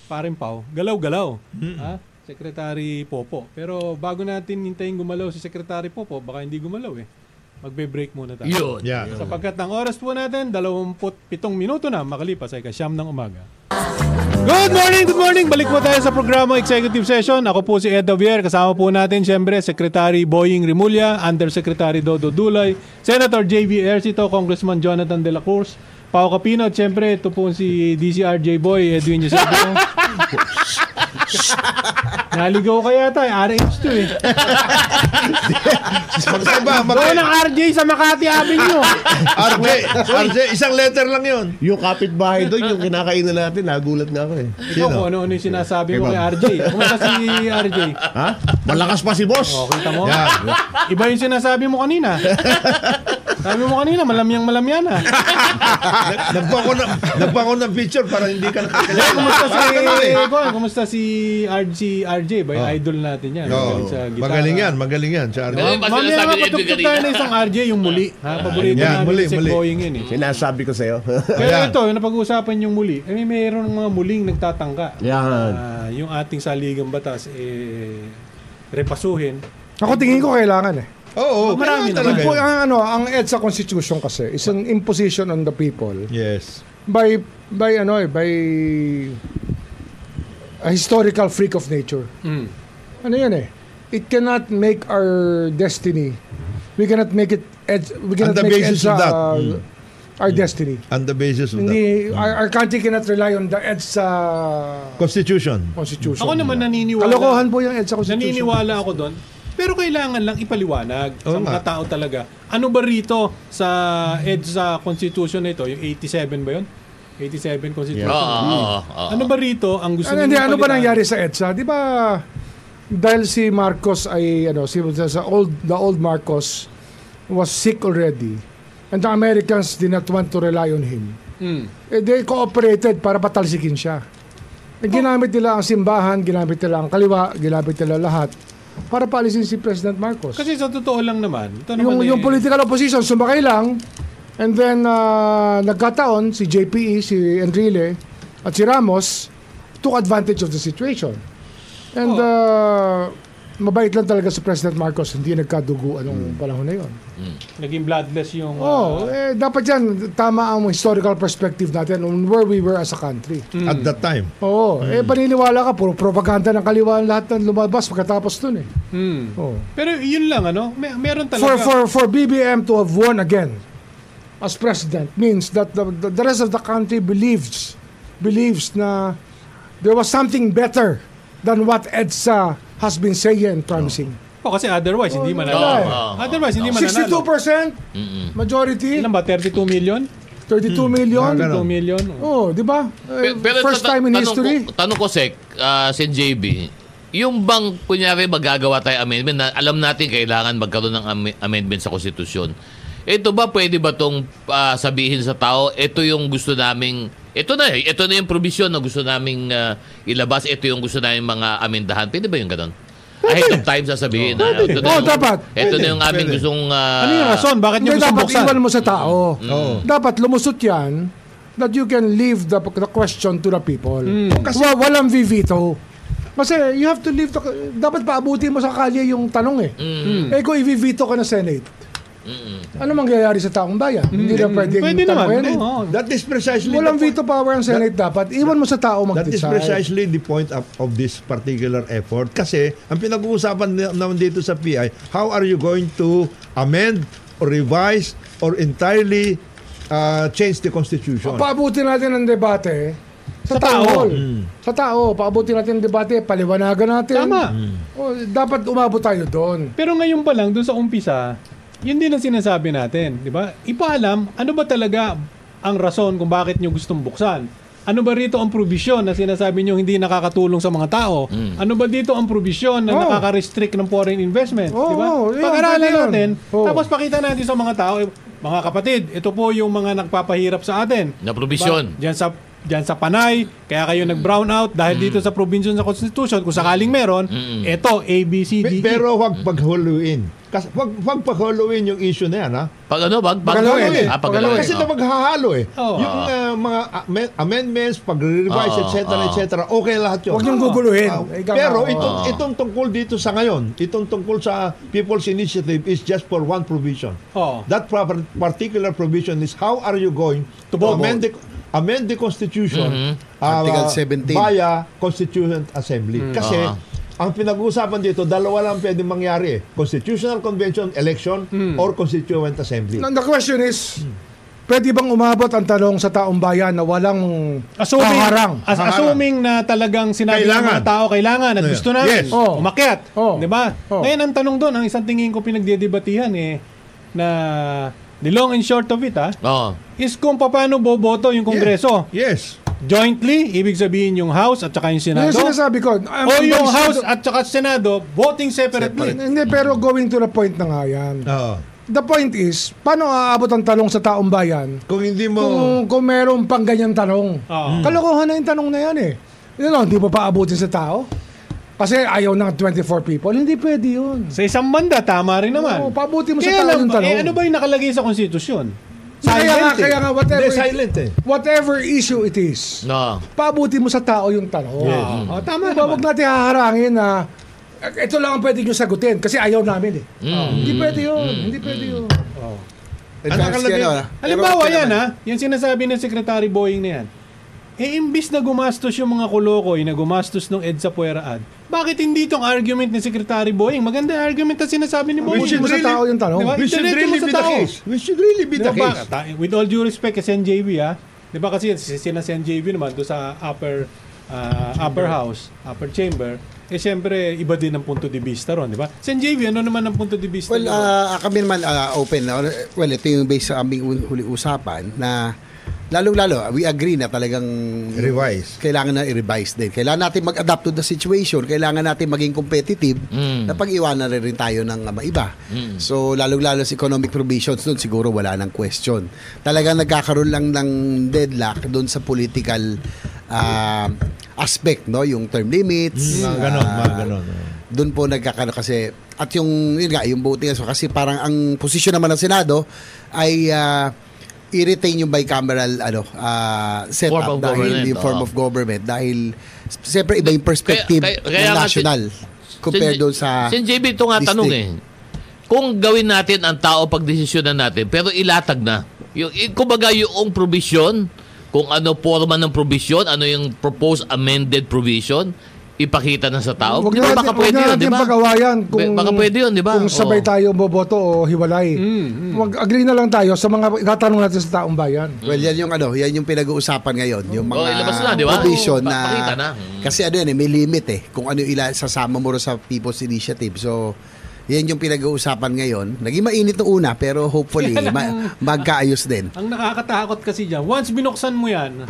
A: Parin Pau, galaw-galaw, ha? Secretary Popo. Pero bago natin hintayin gumalaw si Secretary Popo, baka hindi gumalaw eh. Magbe-break muna tayo.
D: Yun.
E: Yeah.
A: Sapagkat ang oras po natin, 27 minuto na makalipas ay kasyam ng umaga. Good morning, good morning. Balik po tayo sa programa Executive Session. Ako po si Ed Davier. Kasama po natin, siyempre, Secretary Boying Rimulya, Undersecretary Dodo Dulay, Senator J.V. Ercito, Congressman Jonathan De La Cruz, Pao Capino, at siyempre, ito po si DCRJ Boy, Edwin Eusebio. Naligaw ka yata, eh, RH2 eh.
E: Magkaiba,
A: Doon
E: magkaiba.
A: ang RJ sa Makati Avenue.
E: RJ, RJ, isang letter lang yun.
I: Yung kapitbahay doon, yung kinakainan natin, nagulat nga ako eh.
A: Ikaw kung ano-ano ano, yung sinasabi mo kay
I: Ibang.
A: RJ. Kumusta si RJ?
I: Ha? Malakas pa si boss.
A: O, kita mo?
E: Yan.
A: Iba yung sinasabi mo kanina. Sabi mo kanina, malamyang malamyan ah.
E: Nagpako na, nagpako ng picture para hindi ka
A: Eh,
E: nakakilala.
A: kumusta si,
E: Parang ganun eh.
A: eh, Kuya, kumusta si RJ, RJ ba? Yung idol natin yan. Magaling
E: Oo.
A: sa gitara.
E: Magaling yan, magaling yan. Si RJ.
D: Ganun yung
A: Mamaya
D: sinasabi
A: nga
D: ni Edwin
A: patugtog
D: kanina. Ah.
A: tayo na isang RJ, yung muli. Ha, paborito
E: Yan,
A: namin
E: muli,
A: si Sek
E: muli.
A: Boying yun eh.
I: Sinasabi ko sa'yo.
A: Pero
E: Ayan.
A: ito, yung napag-uusapan yung muli, eh, mayroon mga muling nagtatangka.
I: Yan.
A: Ah, yung ating saligang batas, eh, repasuhin.
F: Ako tingin ko kailangan eh.
A: Ah,
E: Oo,
A: Marami
E: marami
A: naman.
E: talaga
F: Impo-
E: yun.
F: ang, ano, ang EDSA Constitution kasi is an imposition on the people
E: Yes.
F: by by ano eh, by a historical freak of nature.
A: Mm.
E: Hmm.
F: Ano 'yan eh? It cannot make our destiny. We cannot make it ed- we
E: On
F: cannot
E: the
F: make
E: basis
F: EDSA
E: of that. Hmm.
F: uh,
E: Mm.
F: our destiny.
E: On the basis of that.
F: Hindi, our, our country cannot rely on the EDSA
E: Constitution.
F: Constitution.
A: Ako naman naniniwala.
F: Kalokohan po yung EDSA Constitution.
A: Naniniwala ako doon. Pero kailangan lang ipaliwanag sa
E: Oo
A: mga
E: nga.
A: tao talaga. Ano ba rito sa EDSA Constitution na ito? Yung 87 ba yun? 87 Constitution.
D: Oo, oo, oo.
A: Ano ba rito ang gusto
F: Ano,
A: ninyong
F: hindi, ano ba
A: paliwanag?
F: nangyari sa EDSA? Di ba dahil si Marcos ay ano si sa old the old Marcos was sick already and the Americans did not want to rely on him.
A: Mm.
F: Eh, they cooperated para patalsikin siya. Eh, ginamit nila ang simbahan, ginamit nila ang kaliwa, ginamit nila lahat para paalisin si President Marcos.
A: Kasi sa totoo lang naman, ito
F: yung,
A: naman eh,
F: yung political opposition, sumakay lang. And then, ah, nagkataon, si JPE, si Enrile, at si Ramos, took advantage of the situation. And,
A: Oh.
F: ah, mabait lang talaga si President Marcos, hindi nagkadugo anong panahon na yun.
A: naging bloodless yung... ah,
F: Oh, eh, dapat yan, tama ang historical perspective natin on where we were as a country.
A: Hmm.
E: At that time.
F: Oo, eh paniniwala ka, puro propaganda ng kaliwa ang lahat ng lumabas pagkatapos nun eh.
A: mm.
F: Oo.
A: Pero yun lang, ano? May, meron
F: For,
A: talaga.
F: for, for BBM to have won again as president means that the, the, the rest of the country believes believes na there was something better than what EDSA has been saying and promising.
A: Oh, kasi otherwise, hindi mananalo.
F: Oo, eh.
D: oo,
A: otherwise, hindi mananalo.
F: 62% majority,
A: Ilan ba? 32 million?
F: 32 million.
A: 32 million? Oh.
F: Oh, di ba? Eh,
D: Pe- pero
F: First
D: tata-
F: time in
D: tanong
F: history.
D: Ko, tanong ko, Sek, ah, Sen JB, yung bang, kunyari, magagawa tayo amendment na alam natin kailangan magkaroon ng am- amendment sa konstitusyon. Ito ba, pwede ba itong sabihin sa tao, ito yung gusto naming, ito na, eh, ito na yung provision na gusto naming ah, ilabas, ito yung gusto naming mga amendahan. Pwede ba yung ganun? Ahead of time sasabihin. ah, ito na
F: Oh,
D: yung-
F: dapat.
D: Ito na yung aming gustong... ah,
A: Ano yung rason? Bakit niyo
F: Hindi,
A: gusto
F: dapat
A: buksan? Mm.
F: iwan mo sa tao.
E: Oo.
F: Dapat lumusot yan that you can leave the, the question to the people.
A: Mm.
F: Kasi Wa- walang vivito. Kasi you have to leave the... Dapat paabuti mo sa kalye yung tanong eh.
A: Mm.
F: Eh kung i-vivito ka na Senate, ano mangyayari sa taong bayan? Hindi na pwede
A: Mm. Pwede
F: yung
A: naman.
F: tanong yan.
A: Oo.
E: That is precisely
F: Walang
E: the point.
F: veto power ang Senate dapat. Iwan mo sa tao
E: That is
F: mag-decide.
E: precisely the point of, of this particular effort. Kasi ang pinag-uusapan na- naman dito sa PI, how are you going to amend or revise or entirely uh, change the Constitution?
F: Paabuti natin ang debate
A: Sa
F: sa,
A: tao. Mm.
F: tao. Sa tao. Paabuti natin ang debate. Paliwanagan natin.
A: Tama.
F: Oh, dapat umabot tayo doon.
A: Pero ngayon pa lang, dun sa umpisa, yun din ang sinasabi natin, di ba? Ipaalam, ano ba talaga ang rason kung bakit nyo gustong buksan? Ano ba rito ang probisyon na sinasabi nyo hindi nakakatulong sa mga tao? Ano ba dito ang probisyon na
F: Oo.
A: nakaka-restrict ng foreign investment?
F: Oo,
A: di ba?
F: oo, yun,
A: Pag-aralan
F: pwede yun.
A: natin,
F: Oo.
A: tapos pakita natin sa mga tao, eh, mga kapatid, ito po yung mga nagpapahirap sa atin.
D: Na probisyon.
A: Diyan sa diyan sa Panay, kaya kayo nag-brown out dahil dito sa provision sa Constitution, kung sakaling meron, eto, A, B, C, D, E.
E: Pe- Pero wag paghuluin. Kasi wag wag paghuluin yung issue na yan, ha?
D: Pag ano, pag... pag
F: Pagalawin eh.
D: Ah, pagalawin.
E: Kasi
D: oh.
E: na maghahalo eh.
A: Oo.
E: Yung uh, mga amen- amendments, pag-revise,
D: Oo,
E: etc.,
D: oo.
E: etc., okay lahat yun.
F: Huwag niyong guguluhin. Eh,
E: Ah,
F: Ikaw nga,
E: pero
F: oo.
E: itong, itong tungkol dito sa ngayon, itong tungkol sa People's Initiative is just for one provision.
A: Oo.
E: That proper- particular provision is how are you going to amend the, amend the Constitution uh,
C: Article 17.
E: via Constituent Assembly. Kasi ang pinag-uusapan dito, dalawa lang pwede mangyari eh. Constitutional Convention, election, or Constituent Assembly.
F: Now, the question is, Pwede bang umabot ang tanong sa taong bayan na walang
A: Assuming,
F: kaharang?
A: as- assuming na talagang sinabi ng
E: Kailangan.
A: mga tao kailangan at
E: Yeah.
A: gusto namin
E: Yes.
F: Oh.
A: umakyat.
F: Oh.
A: Di ba?
F: Oh.
A: Ngayon ang tanong doon, ang isang tingin ko pinagdidebatihan eh, na the long and short of it ah,
D: Oo.
A: is kung paano boboto yung Kongreso.
E: Yes.
A: Jointly, ibig sabihin yung House at saka yung
F: Yun
A: Senado.
F: yung sinasabi ko. um,
A: o
F: I'm
A: yung
F: very
A: House
F: sure-
A: at saka Senado, voting separately.
F: Hindi, pero going to the point na nga yan.
E: Oo.
F: The point is, paano aabot ang tanong sa taong bayan
E: Kung hindi mo...
F: kung,
A: Oh.
F: kung meron pang ganyang tanong?
A: Oo.
F: Kalokohan na yung tanong na yan eh. Yun lang, hindi pa paabutin sa tao? Kasi ayaw ng 24 people. Hindi pwede yun.
A: Sa isang banda, tama rin naman.
F: Oo, pabuti mo Oh, sa
A: Kaya
F: tao
A: lang,
F: yung tanong.
A: eh, ano ba yung nakalagay sa konstitusyon?
F: Kaya nga,
A: eh.
F: kaya nga, whatever,
E: Hindi, silent eh.
F: whatever issue it is,
D: Oo.
F: paabuti mo sa tao yung tanong.
A: Oo, Oh, tama
F: Diba,
A: naman.
F: huwag natin haharangin na "Eh, ito lang ang pwede nyo sagutin kasi ayaw namin eh.
D: Mm.
F: Hindi pwede yun. Hindi pwede yun.
C: In fairness kay ano, ah,
A: Halimbawa
C: pero-
A: yan ha, yung sinasabi ng Secretary Boeing na yan, eh imbis na gumastos yung mga kolokoy na gumastos ng EDSA Pueraan, bakit hindi itong argument ni Secretary Boeing? Maganda yung argument na sinasabi ni Boeing.
F: Paabuti mo sa tao yung tanong.
A: Diba?
E: We should
A: Diretso mo
E: really
A: sa
E: be the
A: tao.
E: case. We should really be the
A: Diba ba-
E: case.
A: ta- with all due respect kay SNJB ha, di ba kasi si- sina SNJB naman doon sa upper ah, upper house, upper chamber, eh siyempre iba din ang punto de vista ron, di ba? SNJB, ano naman ang punto de vista?
C: Well,
A: nyo?
C: ah, kami naman ah, open. ah, Well, ito yung based sa aming un- huli usapan na lalong-lalo, we agree na talagang
E: Revise.
C: kailangan na i-revise din. Kailangan natin mag-adapt to the situation. Kailangan natin maging competitive
D: Mm.
C: na pag-iwanan na rin tayo ng ah, maiba. So, lalong-lalo sa economic provisions doon, siguro wala ng question. Talagang nagkakaroon lang ng deadlock doon sa political ah, aspect, no? Yung term limits.
E: Mga ganon,
C: ah,
E: mga ganon.
C: doon po nagkakaroon kasi at yung yun nga yung voting as well, kasi parang ang posisyon naman ng Senado ay ah, i-retain yung bicameral ano ah, setup
D: Form of
C: dahil
D: government,
C: yung form
D: oo.
C: of government dahil siyempre iba yung perspective
D: Kaya- kaya- kaya
C: ng
D: nga
C: national compared doon sa
D: Sin JB, ito nga
C: district.
D: tanong eh. Kung gawin natin ang tao pagdesisyonan natin, pero ilatag na. Yung, i- kumbaga yung provision, kung ano forma ng provision, ano yung proposed amended provision, ipakita na sa tao.
F: Huwag
D: Di
F: na
D: ba, Ah, baka
F: natin, huwag
D: pwede
F: na
D: yun, di
F: natin
D: ba?
F: pagawayan kung,
D: Baka pwede yun, di ba?
F: kung sabay
D: Oo. Mm,
F: tayo boboto o hiwalay. Huwag agree na lang tayo sa mga itatanong natin sa taong bayan.
D: Mm.
C: Well, yan yung ano, yan yung pinag-uusapan ngayon, yung mga
D: Oh, ilabas na, di ba? Oh,
C: provision na,
D: pakita na. Mm.
C: kasi ano yan, eh, may limit eh kung ano ila sasama mo rin sa people's initiative. So yan yung pinag-uusapan ngayon. Naging mainit na una pero hopefully ma- magkaayos din.
A: Ang nakakatakot kasi dyan, once binuksan mo yan,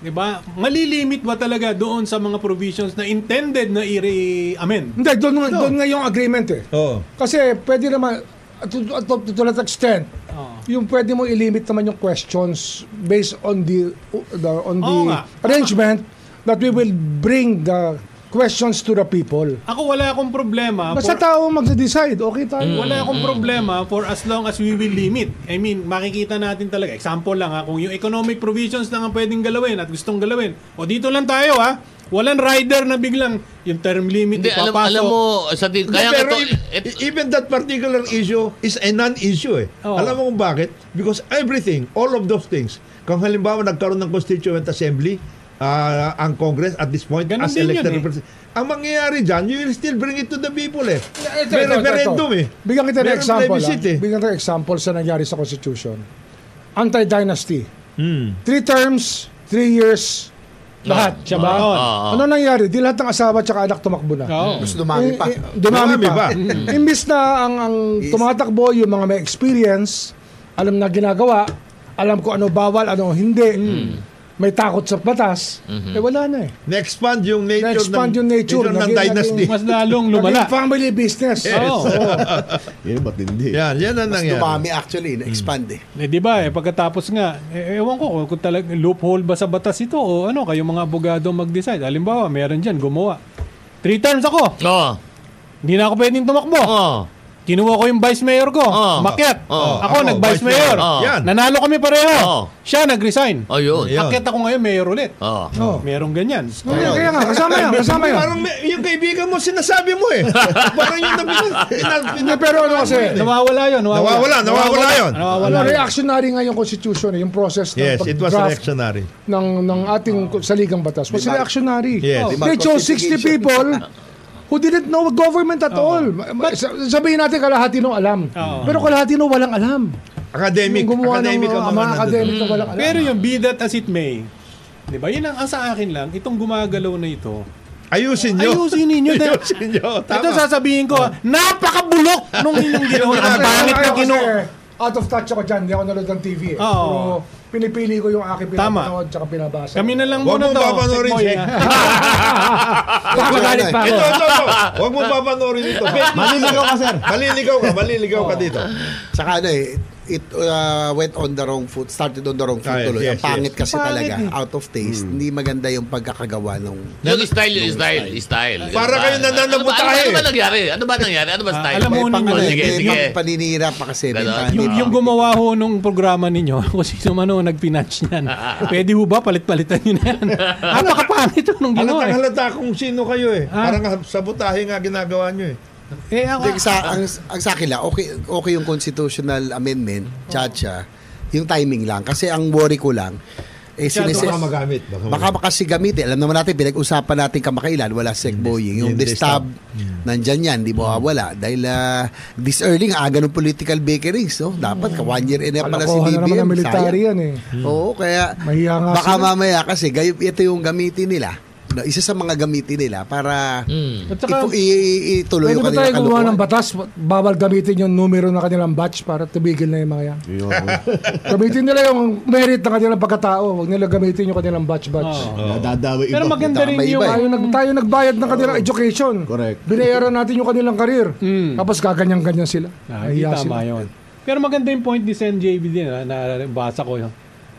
A: di ba, malilimit ba talaga doon sa mga provisions na intended na i-amend?
F: Hindi, doon, nga- doon nga yung agreement eh.
E: Oo.
F: Kasi pwede naman, to, to, to, to that extent,
A: Oo.
F: yung pwede mo ilimit naman yung questions based on the, the on the
A: Oo nga.
F: arrangement that we will bring the questions to the people.
A: Ako wala akong problema.
F: Basta
A: for-
F: tao magde-decide, okay tayo.
A: wala
D: Mm,
A: akong problema for as long as we will limit. I mean, makikita natin talaga. Example lang ha, kung yung economic provisions lang ang pwedeng galawin at gustong galawin. O dito lang tayo ha. Walang rider na biglang yung term limit
D: Hindi, alam,
A: ipapasok.
D: alam mo, sa tingin, kaya
E: Pero
D: ito,
E: if-
D: ito,
E: even that particular issue is a non-issue eh.
A: Oo.
E: Alam mo kung bakit? Because everything, all of those things, kung halimbawa nagkaroon ng Constituent Assembly, ah, ang Congress at this point
A: Ganun
E: as
A: din
E: elected
A: yun eh.
E: representatives. Ang mangyayari dyan, you will still bring it to the people eh.
F: Ito,
E: May
F: ito, ito,
E: referendum
F: ito.
E: eh.
F: Bigyan kita ng
E: Merong
F: example.
E: plebiscite,
F: ah.
E: eh.
F: Bigyan kita ng example sa nangyari sa Constitution. Anti-dynasty.
E: Hmm.
F: Three terms, three years, lahat.
D: Oo.
A: Siya baon.
D: Oo, oo.
F: Ano nangyari? Di lahat ng asawa at anak tumakbo
D: Ah.
F: na.
A: Oo.
C: Mas dumami pa.
F: Eh, eh, dumami,
E: Dumami
F: pa.
E: pa.
F: Imbis na ang, ang tumatakbo yung mga may experience, alam na ginagawa, alam ko ano bawal, ano hindi,
E: Hmm.
F: may takot sa batas,
E: Mhm.
F: eh wala na eh.
E: Na-expand yung nature,
F: Na-expand
E: ng,
F: yung nature.
E: ng
F: Naging-
E: dynasty.
F: naging-
A: Mas lalong lumala.
F: Naging family business.
A: Oo.
I: Yan, ba't hindi?
E: Yan, yan ang
C: Mas
E: nangyari.
C: dumami actually, na-expand eh.
A: Eh, di ba eh, pagkatapos nga, eh, ewan ko kung talagang loophole ba sa batas ito o ano, kayo mga abogado mag-decide. Halimbawa, meron dyan, gumawa. Three terms ako,
D: oo,
A: hindi na ako pwedeng tumakbo.
E: Oh.
D: oo,
A: Kinuha ko yung vice mayor ko,
D: Oo.
A: makyat.
D: Oo.
C: Oh.
A: Ako,
E: Oh. Ako,
A: nag-vice
E: vice
A: mayor.
E: mayor. Oo. Yan. Oh.
A: Nanalo kami pareho.
D: Oo.
A: Siya nag-resign.
D: oh, yun,
E: Yan.
A: Makyat ako ngayon, mayor ulit.
E: Oh.
D: oo.
F: Oo.
A: Merong ganyan.
F: Kaya, kaya nga, kasama yan, kasama yan.
E: Parang may- yung kaibigan mo, sinasabi mo eh. Parang yung napinag...
F: Hindi, pero ano
A: Eh,
F: kasi,
A: Nawawala yun.
E: Nawawala, nawawala yun.
A: Nawawala.
F: ano, reactionary nga yung constitution, eh, yung process ng
E: Yes, it was
F: pag-draft
E: reactionary.
F: ng, ng ating saligang batas. Was reactionary.
E: Yes.
F: They chose 60 people who didn't know government at all. Ma- ma- sa- Sabihin natin kalahati nung alam.
A: Oo.
F: Pero kalahati nung walang alam.
E: Academic.
F: Yung gumawa ng
E: academic ang
F: mga,
E: mga
F: mga
E: nandun.
F: academic na walang alam.
A: Pero yung be that as it may, di ba, yun ang, ang sa akin lang, itong gumagalaw na ito,
E: Ayusin nyo.
A: ayusin ninyo. dahil-
E: Ayusin nyo. Tama.
A: Ito sasabihin ko, ah, napakabulok nung inyong ginawa. Ang
F: Kasi
A: pangit
F: ayaw
A: na
F: kasi,
A: ginawa.
F: Out of touch ako dyan, hindi ako nanood ng TV. Eh.
A: Oo.
F: Pero pinipili ko yung aking
A: Tama.
F: pinapanood tsaka binabasa.
A: Kami na lang
E: Huwag
A: muna
E: mong
A: to.
E: papanoorin
A: Boy,
E: siya.
A: ah.
F: Nakakagalit pa ako.
E: Ito, ito, ito. Huwag mong papanoorin ito. maliligaw ka, sir. Maliligaw ka. Maliligaw ka dito.
C: Saka ano eh, it uh, went on the wrong foot, started on the wrong foot
E: Ah, yes,
C: tuloy.
E: yes,
C: Ang pangit kasi
A: Pangit
C: talaga,
A: eh.
C: out of taste. Hindi maganda yung pagkakagawa ng...
D: Yung style, yung style, style.
E: Para
D: Ano ba?
E: kayo nananabutan
D: Ano ba-
E: eh.
D: Ano ba nangyari? Ano ba nangyari? Ano ba
A: Ah,
D: style?
A: alam mo
C: May
A: nung-
C: pang, ano,
D: Sige,
C: may
D: sige.
C: pang paninira pa kasi. may
D: Ganon.
C: pang-
A: Yung, yung gumawa ho nung programa ninyo, kung sino man ho nag-finance niyan, pwede ho ba palit-palitan nyo na yan? Napakapangit ho nung ginawa. eh.
E: Halatang halata kung sino kayo eh.
A: Ah.
E: Parang sabotahe nga ginagawa nyo eh.
A: Eh, ako,
C: Hindi, sa, ang, ang sa akin lang, okay, okay yung constitutional amendment, chacha, yung timing lang. Kasi ang worry ko lang, eh,
A: Masyado
C: sinisi-
E: Baka magamit. Baka magamit.
C: Baka kasi gamitin. Alam naman natin, pinag-usapan natin kamakailan, wala segboying.
E: Yung
C: Yung destab,
E: destab.
C: nandyan yan, di ba? Wala. Dahil ah, this early, ang aga ng political bakerings, no? Dapat ka one year and a half pala si
F: Kalokohan na naman
C: BBM.
F: ang military
C: sayang.
F: yan eh.
C: Oo, kaya
F: Mahiya nga
C: baka
F: sila.
C: mamaya kasi gayo, ito yung gamitin nila. No, Isa sa mga gamitin nila para
D: Mm.
A: at saka,
C: ipu- i- i- ituloy
F: Pwede
C: yung
F: ba tayo
C: kanilang
F: gumawa
C: kalokohan.
F: ng batas? Bawal gamitin yung numero ng kanilang batch para tumigil na yung mga yan. gamitin nila yung merit ng kanilang pagkatao. Huwag nila gamitin yung kanilang batch-batch.
I: Nadadawi
A: pero
I: iba.
A: maganda rin
C: Tama iba
A: yung...
C: eh.
F: Tayo, nag, tayo nagbayad ng kanilang education.
I: Correct.
F: Binayaran natin yung kanilang karir. Tapos gaganyan-ganyan sila.
A: Mm. Ah, hindi
F: Nahiya
A: tama yun. Pero maganda yung point ni Sen JB din, ah, na, basa ko yun.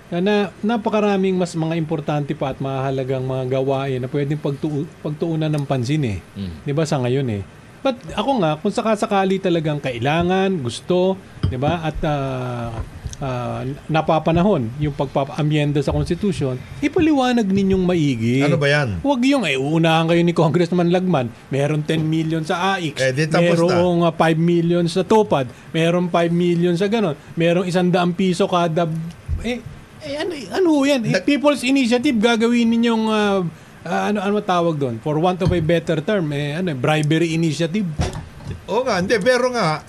A: Na, na napakaraming mas mga importante pa at mahalagang mga gawain na pwedeng pagtu- pagtuunan ng pansin eh.
E: Hmm.
A: 'Di ba sa ngayon eh. But ako nga kung sakasakali talagang kailangan, gusto, 'di ba? At ah, ah, napapanahon yung pagpapaamyenda sa constitution, ipaliwanag ninyong maigi.
E: Ano ba yan?
A: Huwag yung eh, uunahan kayo ni Congressman Lagman. Meron 10 million sa AIX.
E: Eh, di tapos na.
A: merong ah, 5 million sa Tupad. Merong 5 million sa ganon. Merong 100 piso kada... Eh, eh ano, ano ho yan? Eh, People's Initiative, gagawin ninyong... ah, ah, ano ano tawag doon? For want of a better term, eh, ano, eh, bribery initiative.
E: Oo nga, hindi. Pero nga,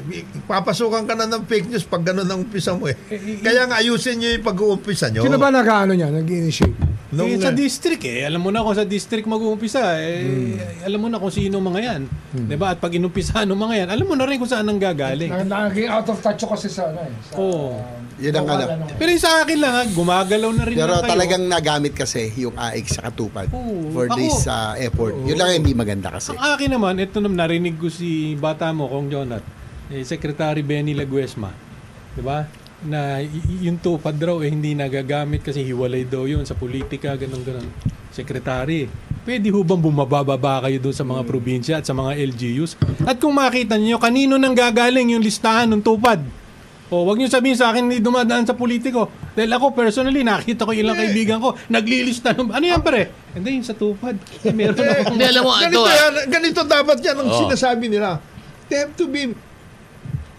E: papasukan ka na ng fake news pag ganun ang umpisa mo eh. Kaya nga, ayusin nyo yung pag-uumpisa nyo.
F: Sino ba nag-ano niya? Nag-initiate?
E: Nung,
A: eh, sa
E: eh,
A: district eh. Alam mo na kung sa district mag-uumpisa. Eh,
E: Hmm.
A: Alam mo na kung sino mga yan. 'Di ba At pag inumpisahan ng mga yan, alam mo na rin kung saan ang gagaling.
F: Nag- Naging out of touch ako kasi sa ano eh. Sa,
A: Oo.
C: Yun ang ano.
A: Pero yung sa akin lang, ha, gumagalaw na rin
C: Pero
A: lang kayo.
C: talagang nagamit kasi yung AX sa katupad
A: Oo,
C: for
A: ako.
C: this uh, effort. Yun lang hindi maganda kasi.
A: Ang akin naman, ito naman narinig ko si bata mo, Kong Jonat, eh, Secretary Benny Laguesma, di ba? Na y- yung tupad raw eh, hindi nagagamit kasi hiwalay daw yun sa politika, ganun ganun. Secretary, pwede ho bang bumababa kayo doon sa mga probinsya at sa mga LGUs? At kung makita niyo kanino nang gagaling yung listahan ng tupad? O, wag niyo sabihin sa akin hindi dumadaan sa politiko. Dahil ako personally nakita ko ilang kaibigan ko naglilista ng ano yan pare? Hindi yun sa tupad. Eh, meron akong
D: Hindi, alam mo, ito,
E: ganito,
D: ah, Oh.
E: yan, ganito dapat yan ang
D: Oo.
E: sinasabi nila. They have to be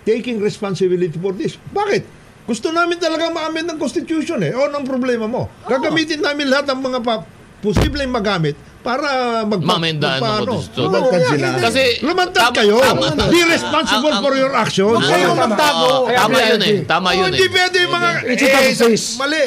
E: taking responsibility for this. Bakit? Gusto namin talaga ma-amend ng Constitution eh. O, anong problema mo?
D: Oh.
E: Gagamitin namin lahat ng mga pa- posibleng magamit para mag
D: Mamendaan ng
E: magpaano. Oo,
D: Constitution.
I: Lumantad
E: kaya
I: sila.
E: hindi.
D: Kasi,
E: lumantad
D: tama-
E: kayo.
D: tama-
E: be responsible
D: ang- ang-
E: for your actions.
D: Oo,
E: Kayo
D: tama,
E: magtago.
D: oo, Tama
F: Kaya
D: yun eh.
F: reality.
D: Tama
E: Oo,
D: yun eh.
E: Hindi pwede yung mga...
F: It's about
E: eh,
F: face.
E: Mali.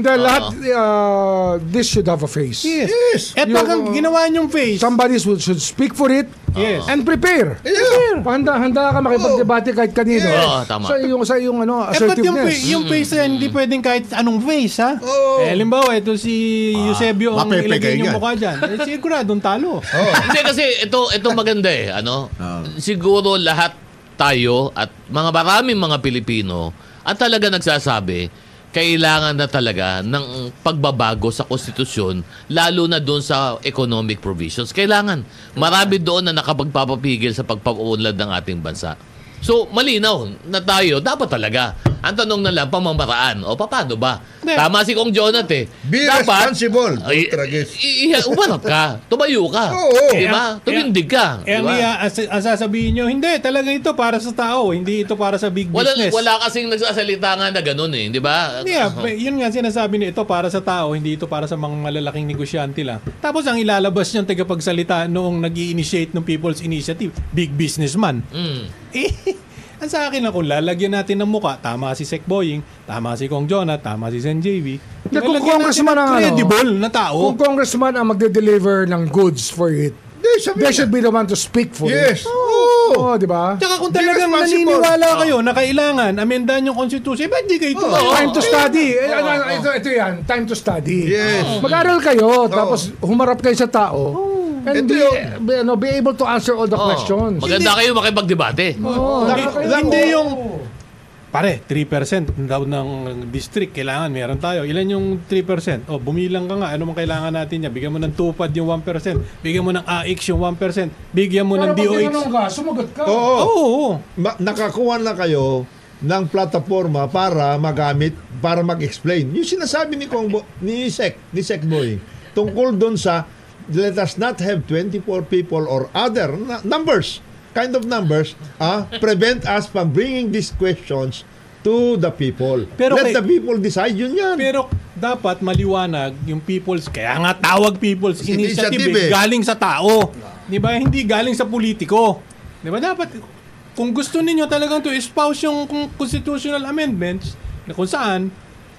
F: Hindi, lahat, uh, this should have a face.
A: Yes.
E: Yes.
D: Eh,
A: Eto ang Eh, ginawa niyong face.
F: Somebody should, should speak for it
A: Yes. Oh.
F: and prepare.
E: Yeah.
F: Handa, handa ka makipag-debate kahit kanino.
D: Oo, Ah, tama.
F: Sa iyong, sa iyong ano,
A: Eh, ba't yung, fa-
F: assertiveness.
A: yung face na yan, hindi pwedeng kahit anong face, ha?
E: Oo.
A: Eh, halimbawa, ito si Eusebio ang
I: mapepe kayo
A: ilagay yung
I: yan.
A: mukha dyan. Eh, siguradong talo.
D: Hindi kasi ito ito maganda eh, ano?
E: Ah.
D: Siguro lahat tayo at mga maraming mga Pilipino ang talaga nagsasabi kailangan na talaga ng pagbabago sa konstitusyon lalo na doon sa economic provisions. Kailangan. Marami doon na nakapagpapapigil sa pagpapunlad ng ating bansa. So, malinaw na tayo. Dapat talaga. Ang tanong na lang, pamamaraan. O, paano ba? Tama si Kong Jonat eh.
E: Be responsible.
D: Ay,
E: Tragis.
D: i- i- umarap ka. Tumayo ka.
E: Oo.
D: Di ba? Tumindig ka.
A: Eh,
D: Di
A: ang,
D: ba?
A: iya- as- ang sasabihin nyo, hindi, talaga ito para sa tao, hindi ito para sa big
D: Wala,
A: business.
D: wala kasing nagsasalita nga na ganun eh. Di ba?
A: Yeah, pe- yun nga sinasabi niya, ito para sa tao, hindi ito para sa mga malalaking negosyante lang. Tapos ang ilalabas niyang tagapagsalita noong nag initiate ng People's Initiative, big businessman.
D: Mm.
A: Eh, ang Ang sa akin ako, lalagyan natin ng muka. Tama si Sek Boying, tama si Kong Jonat, tama si Sen JV.
F: Hindi, kung
A: Lalagyan natin
F: congressman
A: ng
F: ang ano,
A: credible na tao.
F: Kung congressman ang magde-deliver ng goods for it,
E: Hindi, sabi
F: they
E: niya.
F: should be the one to speak for
E: Yes.
F: it.
D: Oh.
E: Oo.
F: Oo, di ba?
A: Oh. Tsaka kung
E: Be
A: talagang
E: responsible.
A: naniniwala kayo na kailangan amendahan yung konstitusyon, eh, ba't di kayo tumawa?
F: Time to study. Eh,
A: Oh.
F: ano, ano, Ito, ito yan, time to study. Oh.
E: Yes.
F: Mag-aral
A: Oh.
F: kayo, tapos humarap kayo sa tao. And
E: Ito
F: be,
E: yun.
F: be, ano, be able to answer all the questions.
D: Oh.
F: Oh,
D: Maganda kayo makipagdebate.
F: Oo,
A: Hindi- Hindi yung Pare, 3% daw ng district kailangan meron tayo. Ilan yung 3%? O bumilang ka nga, ano mang kailangan natin niya? Bigyan mo ng tupad yung 1%, bigyan mo ng AX yung 1%, bigyan mo ng
F: Pero pag tinanong
A: DOH.
F: ka, sumagot ka.
E: Oo.
A: Oo. oo.
E: Ma- nakakuha na kayo ng plataforma para magamit para mag-explain. Yung sinasabi ni Kong Bo- ni Sec, ni Sec Boy tungkol doon sa let us not have 24 people or other na- numbers kind of numbers ah prevent us from bringing these questions to the people.
A: Pero
E: let
A: kay-
E: the people decide yun yan.
A: Pero dapat maliwanag yung people's, kaya nga tawag people's initiative,
E: Initiative,
A: eh,
E: eh.
A: galing sa tao. Di ba? Hindi galing sa politiko. Di ba? Dapat, kung gusto ninyo talagang to espouse yung kung- constitutional amendments na kung saan,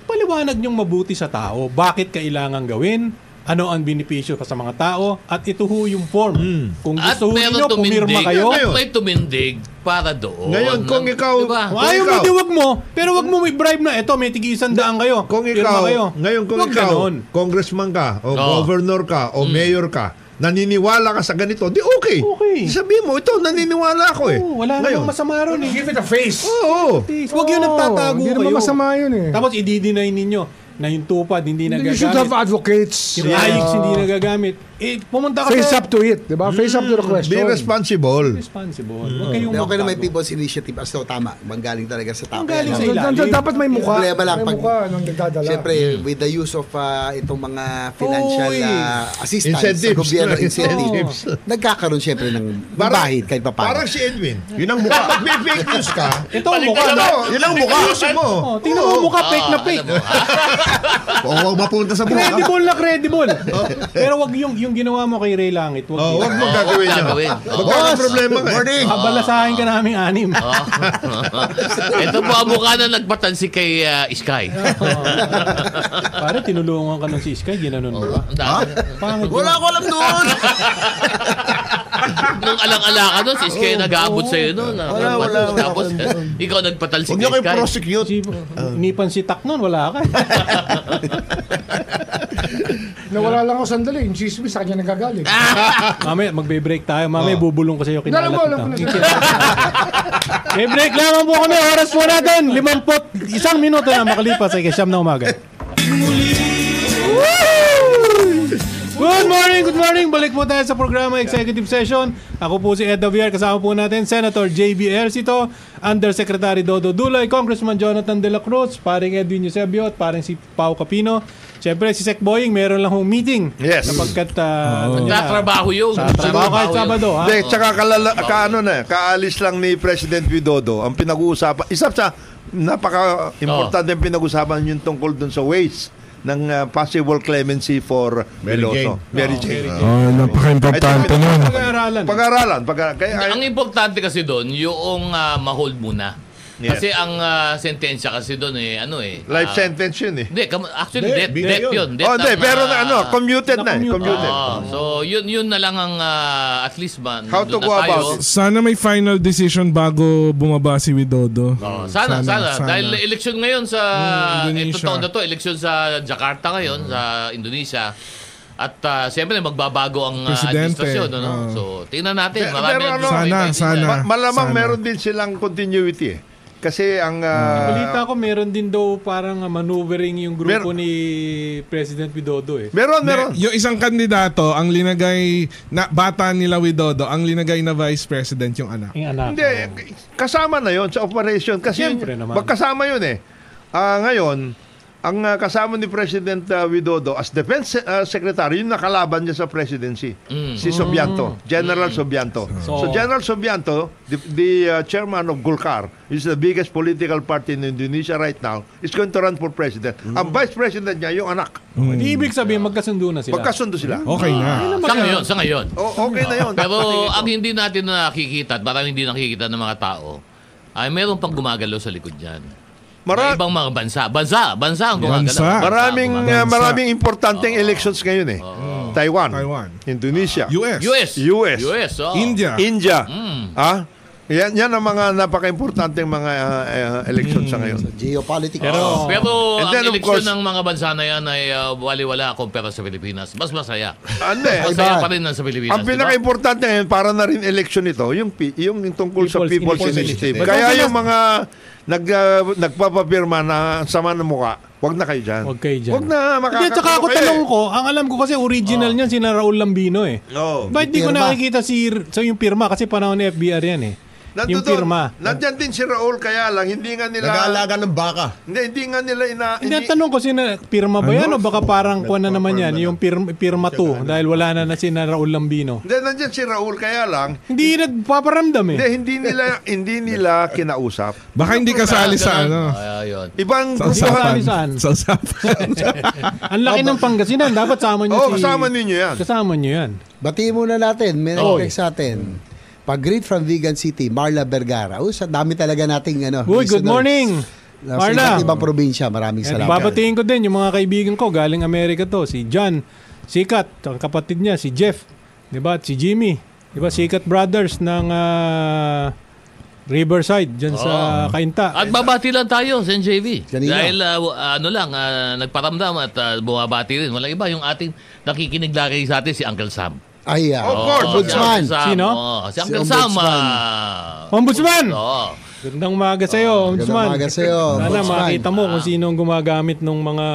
A: paliwanag yung mabuti sa tao. Bakit kailangan gawin? Ano ang benepisyo pa sa mga tao? At ito ho yung form.
E: Hmm.
A: Kung
D: At
A: gusto ho
D: meron
A: ninyo, pumirma
D: tumindig.
A: kayo.
E: Ngayon.
D: May tumindig para doon.
E: Ngayon, kung
D: Ng-
E: ikaw-
D: Diba?
E: Kung
A: Ayaw mo,
E: ikaw-
A: di wag mo. Pero wag mo may bribe na. Ito, may tigi-isang daan kayo.
E: Kung
A: Pirma
E: ikaw,
A: kayo.
E: ngayon kung
A: Wag
E: ikaw,
A: ganon.
E: congressman ka, o
D: Oo.
E: governor ka, o mayor ka, naniniwala ka sa ganito, di okay.
A: Okay.
E: Sabihin mo, ito, naniniwala ako eh.
A: Oo, wala
E: Ngayon,
A: namang masama ron eh.
F: Give it a face. Oh,
E: Oo. oo.
A: Huwag yun nagtatago
F: Ano Hindi
A: kayo.
F: naman masama yun eh.
A: Tapos i-deny ninyo na yung tupad hindi
F: You should have
A: nagagamit.
F: advocates.
A: Yung
F: Yeah.
A: ayos Diba? hindi nagagamit. Eh, pumunta ka
F: Face
A: sa-
F: up to it, di ba? Face up to the question.
E: Be responsible.
A: Responsible.
F: Hmm.
A: Huwag kayong
C: Okay na may
A: magtago.
C: people's initiative as to tama. Manggaling talaga sa tao.
A: Manggaling sa
C: Kaya-
A: ilalim.
F: Nandun- Dapat may mukha.
C: Problema lang
F: may
C: pag-
F: mukha nung nagdadala.
C: Siyempre, with the use of ah, itong mga financial
A: Oy.
C: ah, assistance
E: Incentives.
C: sa gobyerno
E: Incentives.
C: incentives, nagkakaroon siyempre ng bahid kahit pa
E: Parang si Edwin. Yun ang mukha. Pag may fake news ka,
A: Ito ang mukha.
E: ano, yun ang mukha. mo.
A: Oh, tingnan mo mukha fake na fake.
D: ah,
A: Oh,
H: Oo, huwag mapunta sa buhay.
A: Credible na credible. Pero wag yung yung ginawa mo kay Ray Langit. Wag
E: Oh,
A: yun.
E: wag mo
D: Oo,
E: gagawin
D: wag
E: yun.
D: gagawin. Oo.
E: Magkakaroon problema ka. eh.
A: Abalasahin ka naming anim.
D: Ito po ang mukha na nagpatansi kay ah, Sky.
A: Para tinulungan ka ng si Sky, ginanon mo ba?
D: Ang dami.
A: Pangit.
I: Wala ko alam doon.
D: Nung alang-ala ka doon, si Sky
E: Oh,
D: nag-aabot sa'yo noon. ah.
I: Wala, wala, wala.
D: Tapos, ikaw nagpatalsi
I: Huwag
D: kay
I: niyo kayo
D: Sky.
I: prosecute.
A: Si, nipan si Tak nun, wala ka.
F: Nawala lang ako sandali. Yung chismis sa kanya nagagaling.
C: Ah!
A: Mamaya, magbe-break tayo. Mamaya,
E: Oh.
A: bubulong ko sa'yo. Kinalat
F: Alam mo, alam ko na.
A: May break lamang po kami. Oras po natin. Limampot. Isang minuto na makalipas ay kasyam na umaga. Woo! Good morning, good morning. Balik po tayo sa programa Executive Session. Ako po si Ed Davier. Kasama po natin Senator J.B. Ercito, Undersecretary Dodo Dulay, Congressman Jonathan De La Cruz, paring Edwin Eusebio at paring si Pao Capino. Siyempre, si Sec Boying, meron lang hong meeting.
E: Yes. Oh.
A: Sapagkat, ah, ano niya,
D: Nagtatrabaho yun.
A: sa trabaho kahit
D: yun.
A: Sabado, ha?
E: Hindi, tsaka kalala, ka, ano na, kaalis lang ni President Widodo ang pinag-uusapan. Isa sa napaka-importante ang pinag-usapan yung tungkol dun sa ways ng uh, possible clemency for
I: Mary
E: Widodo.
I: Jane.
E: Mary Jane.
H: Oh, napaka-importante nun.
A: Pag-aaralan.
E: Pag-aralan. Pag
D: Hindi,
E: kaya,
D: ang importante kasi doon, yung ah, ma-hold muna.
E: Yes.
D: Kasi ang ah, sentensya kasi doon eh, ano eh.
E: life
D: ah,
E: sentence yun eh.
D: Hindi, kam- actually, death,
I: bigay
D: death
I: yun.
D: yun. Death
E: Oh, hindi,
D: ang,
E: pero
D: ah,
E: na, ano, commuted na eh.
A: na-commute.
E: Commuted.
D: oo. so, yun yun na lang ang ah, at least man.
E: How to go about it?
J: Sana may final decision bago bumaba si Widodo.
D: Oh, sana, sana, Dahil election ngayon sa,
J: Mm, Indonesia.
D: ito taon na to, election sa Jakarta ngayon, sa Indonesia. At ah, siyempre, magbabago ang ah,
J: Presidente.
D: administrasyon. Ano?
J: Oo.
D: So, tingnan
E: Pero-
D: natin. Marami
E: pero
D: ang
E: ano,
D: gusto
J: Sana,
D: makita
J: sana.
D: dyan.
E: Ma- malamang
J: Sana.
E: meron din silang continuity eh. Kasi ang... ah,
A: Hmm. Balita ko meron din daw parang ah, maneuvering yung grupo ni President Widodo eh.
E: meron, meron.
J: Yung isang kandidato, ang linagay na bata nila Widodo, ang linagay na vice president yung anak.
A: Yung anak.
E: Hindi, kasama na yon sa operation. Kasi
A: Siyempre
E: yun,
A: naman.
E: magkasama yun eh. Ah, ngayon, ang ah, kasama ni President ah, Widodo as defense ah, secretary, yung nakalaban niya sa presidency, si Sobianto, General Sobianto. So,
A: So-
E: General Sobianto, the, the, ah, chairman of Golkar, is the biggest political party in Indonesia right now, is going to run for president. Ang vice president niya, yung anak.
A: Di ibig sabihin magkasundo na sila.
E: Magkasundo sila.
J: Okay na.
D: Sa ngayon, sa ngayon.
E: O, okay na yun.
D: Pero ang hindi natin nakikita at parang hindi nakikita ng mga tao, Ay, meron pang gumagalaw sa likod niyan.
K: Mara-
D: May ibang mga bansa. Bansa, bansa ang gumagalaw. Bansa
K: Maraming
E: ah,
D: ang
K: uh,
D: gumagalaw.
K: maraming importanteng elections ngayon eh. Taiwan, Indonesia,
A: Ah,
J: US,
D: US.
K: US,
D: US, oh.
J: India.
K: India.
D: Mm.
K: Ah? Yan, yan ang mga napaka-importanteng mga uh, uh, elections sa ngayon.
C: Geopolitics.
D: Oo. Pero ang
K: And then, of
D: eleksyon
K: course-
D: ng mga bansa na yan ay uh, waliwala kumpara sa Pilipinas. Mas masaya.
K: Ano eh?
D: Mas masaya pa rin ang sa Pilipinas.
K: Ang
D: di ba?
K: pinaka-importante ngayon para na rin election ito, yung, pi- yung tungkol sa
D: People's
K: People's
D: Initiative.
K: Initiative.
D: But
K: Kaya
D: nasa-
K: yung mga nag, uh, nagpapapirma na ang sama ng muka, wag na kayo dyan.
A: Huwag kayo dyan.
K: Huwag
A: Hindi,
K: na makakakulo
A: tsaka ako
K: kayo eh.
A: tanong ko, ang alam ko kasi original niyan si na Raul Lambino eh.
K: Oo.
A: Bakit di ko
K: Pirma.
A: nakikita si, sa yung pirma? Kasi panahon ni FBR yan eh. yung
K: doon.
A: pirma.
K: Nandyan din si Raul, kaya lang hindi nga nila...
I: Nag-aalaga
K: ng baka. Hindi, hindi nga nila ina...
A: Hindi, ang tanong ko, sina, pirma ba
K: Ano?
A: yan o baka parang kuha na naman yan, yung pirma, pirma 2, dahil wala na na si na Raul Lambino.
K: Hindi, nandyan si Raul, kaya lang...
A: Hindi nagpaparamdam eh.
K: Hindi, hindi nila, hindi nila kinausap.
J: Baka hindi kasali sa ano.
K: Ibang
J: Sa
K: grupo
J: usapan.
K: ka-
J: Sa usapan.
A: Ang laki ng Pangasinan, dapat sama niyo si... Kasama niyo yan.
C: Batiin muna natin. May
A: Oo.
C: nag-text sa atin. Pag-greet from Vegan City, Marla Vergara. Uy, sa dami talaga nating ano.
A: Uy, good
C: listeners.
A: morning,
C: Nasa
A: Marla. Eh,
C: iba't ibang probinsya. Maraming
A: At
C: salamat.
A: babatingin ko din yung mga kaibigan ko galing Amerika to, si John, sikat, ang kapatid niya si Jeff, 'di ba? At si Jimmy, 'di
C: Mm.
A: ba? Sikat Brothers ng ah, Riverside diyan sa
C: Oh.
D: Oo.
A: Kainta.
D: At babati lang tayo sa NJV.
A: Kanina.
D: Dahil ah, w- ano lang, ah, nagparamdam at ah, bumabati rin. Walang iba, yung ating nakikinig lagi sa atin, si Uncle Sam.
C: Ay, ah. yeah.
D: Oo,
C: Ombudsman.
D: Si Uncle Oh, Sam, oo. Si Uncle Sam. ah,
A: Ombudsman!
D: Oo.
A: Gandang umaga sa iyo, Ombudsman.
C: Oh. umaga sa'yo,
A: Sana
C: Ombudsman. Ah.
A: makita mo kung sino ang gumagamit ng mga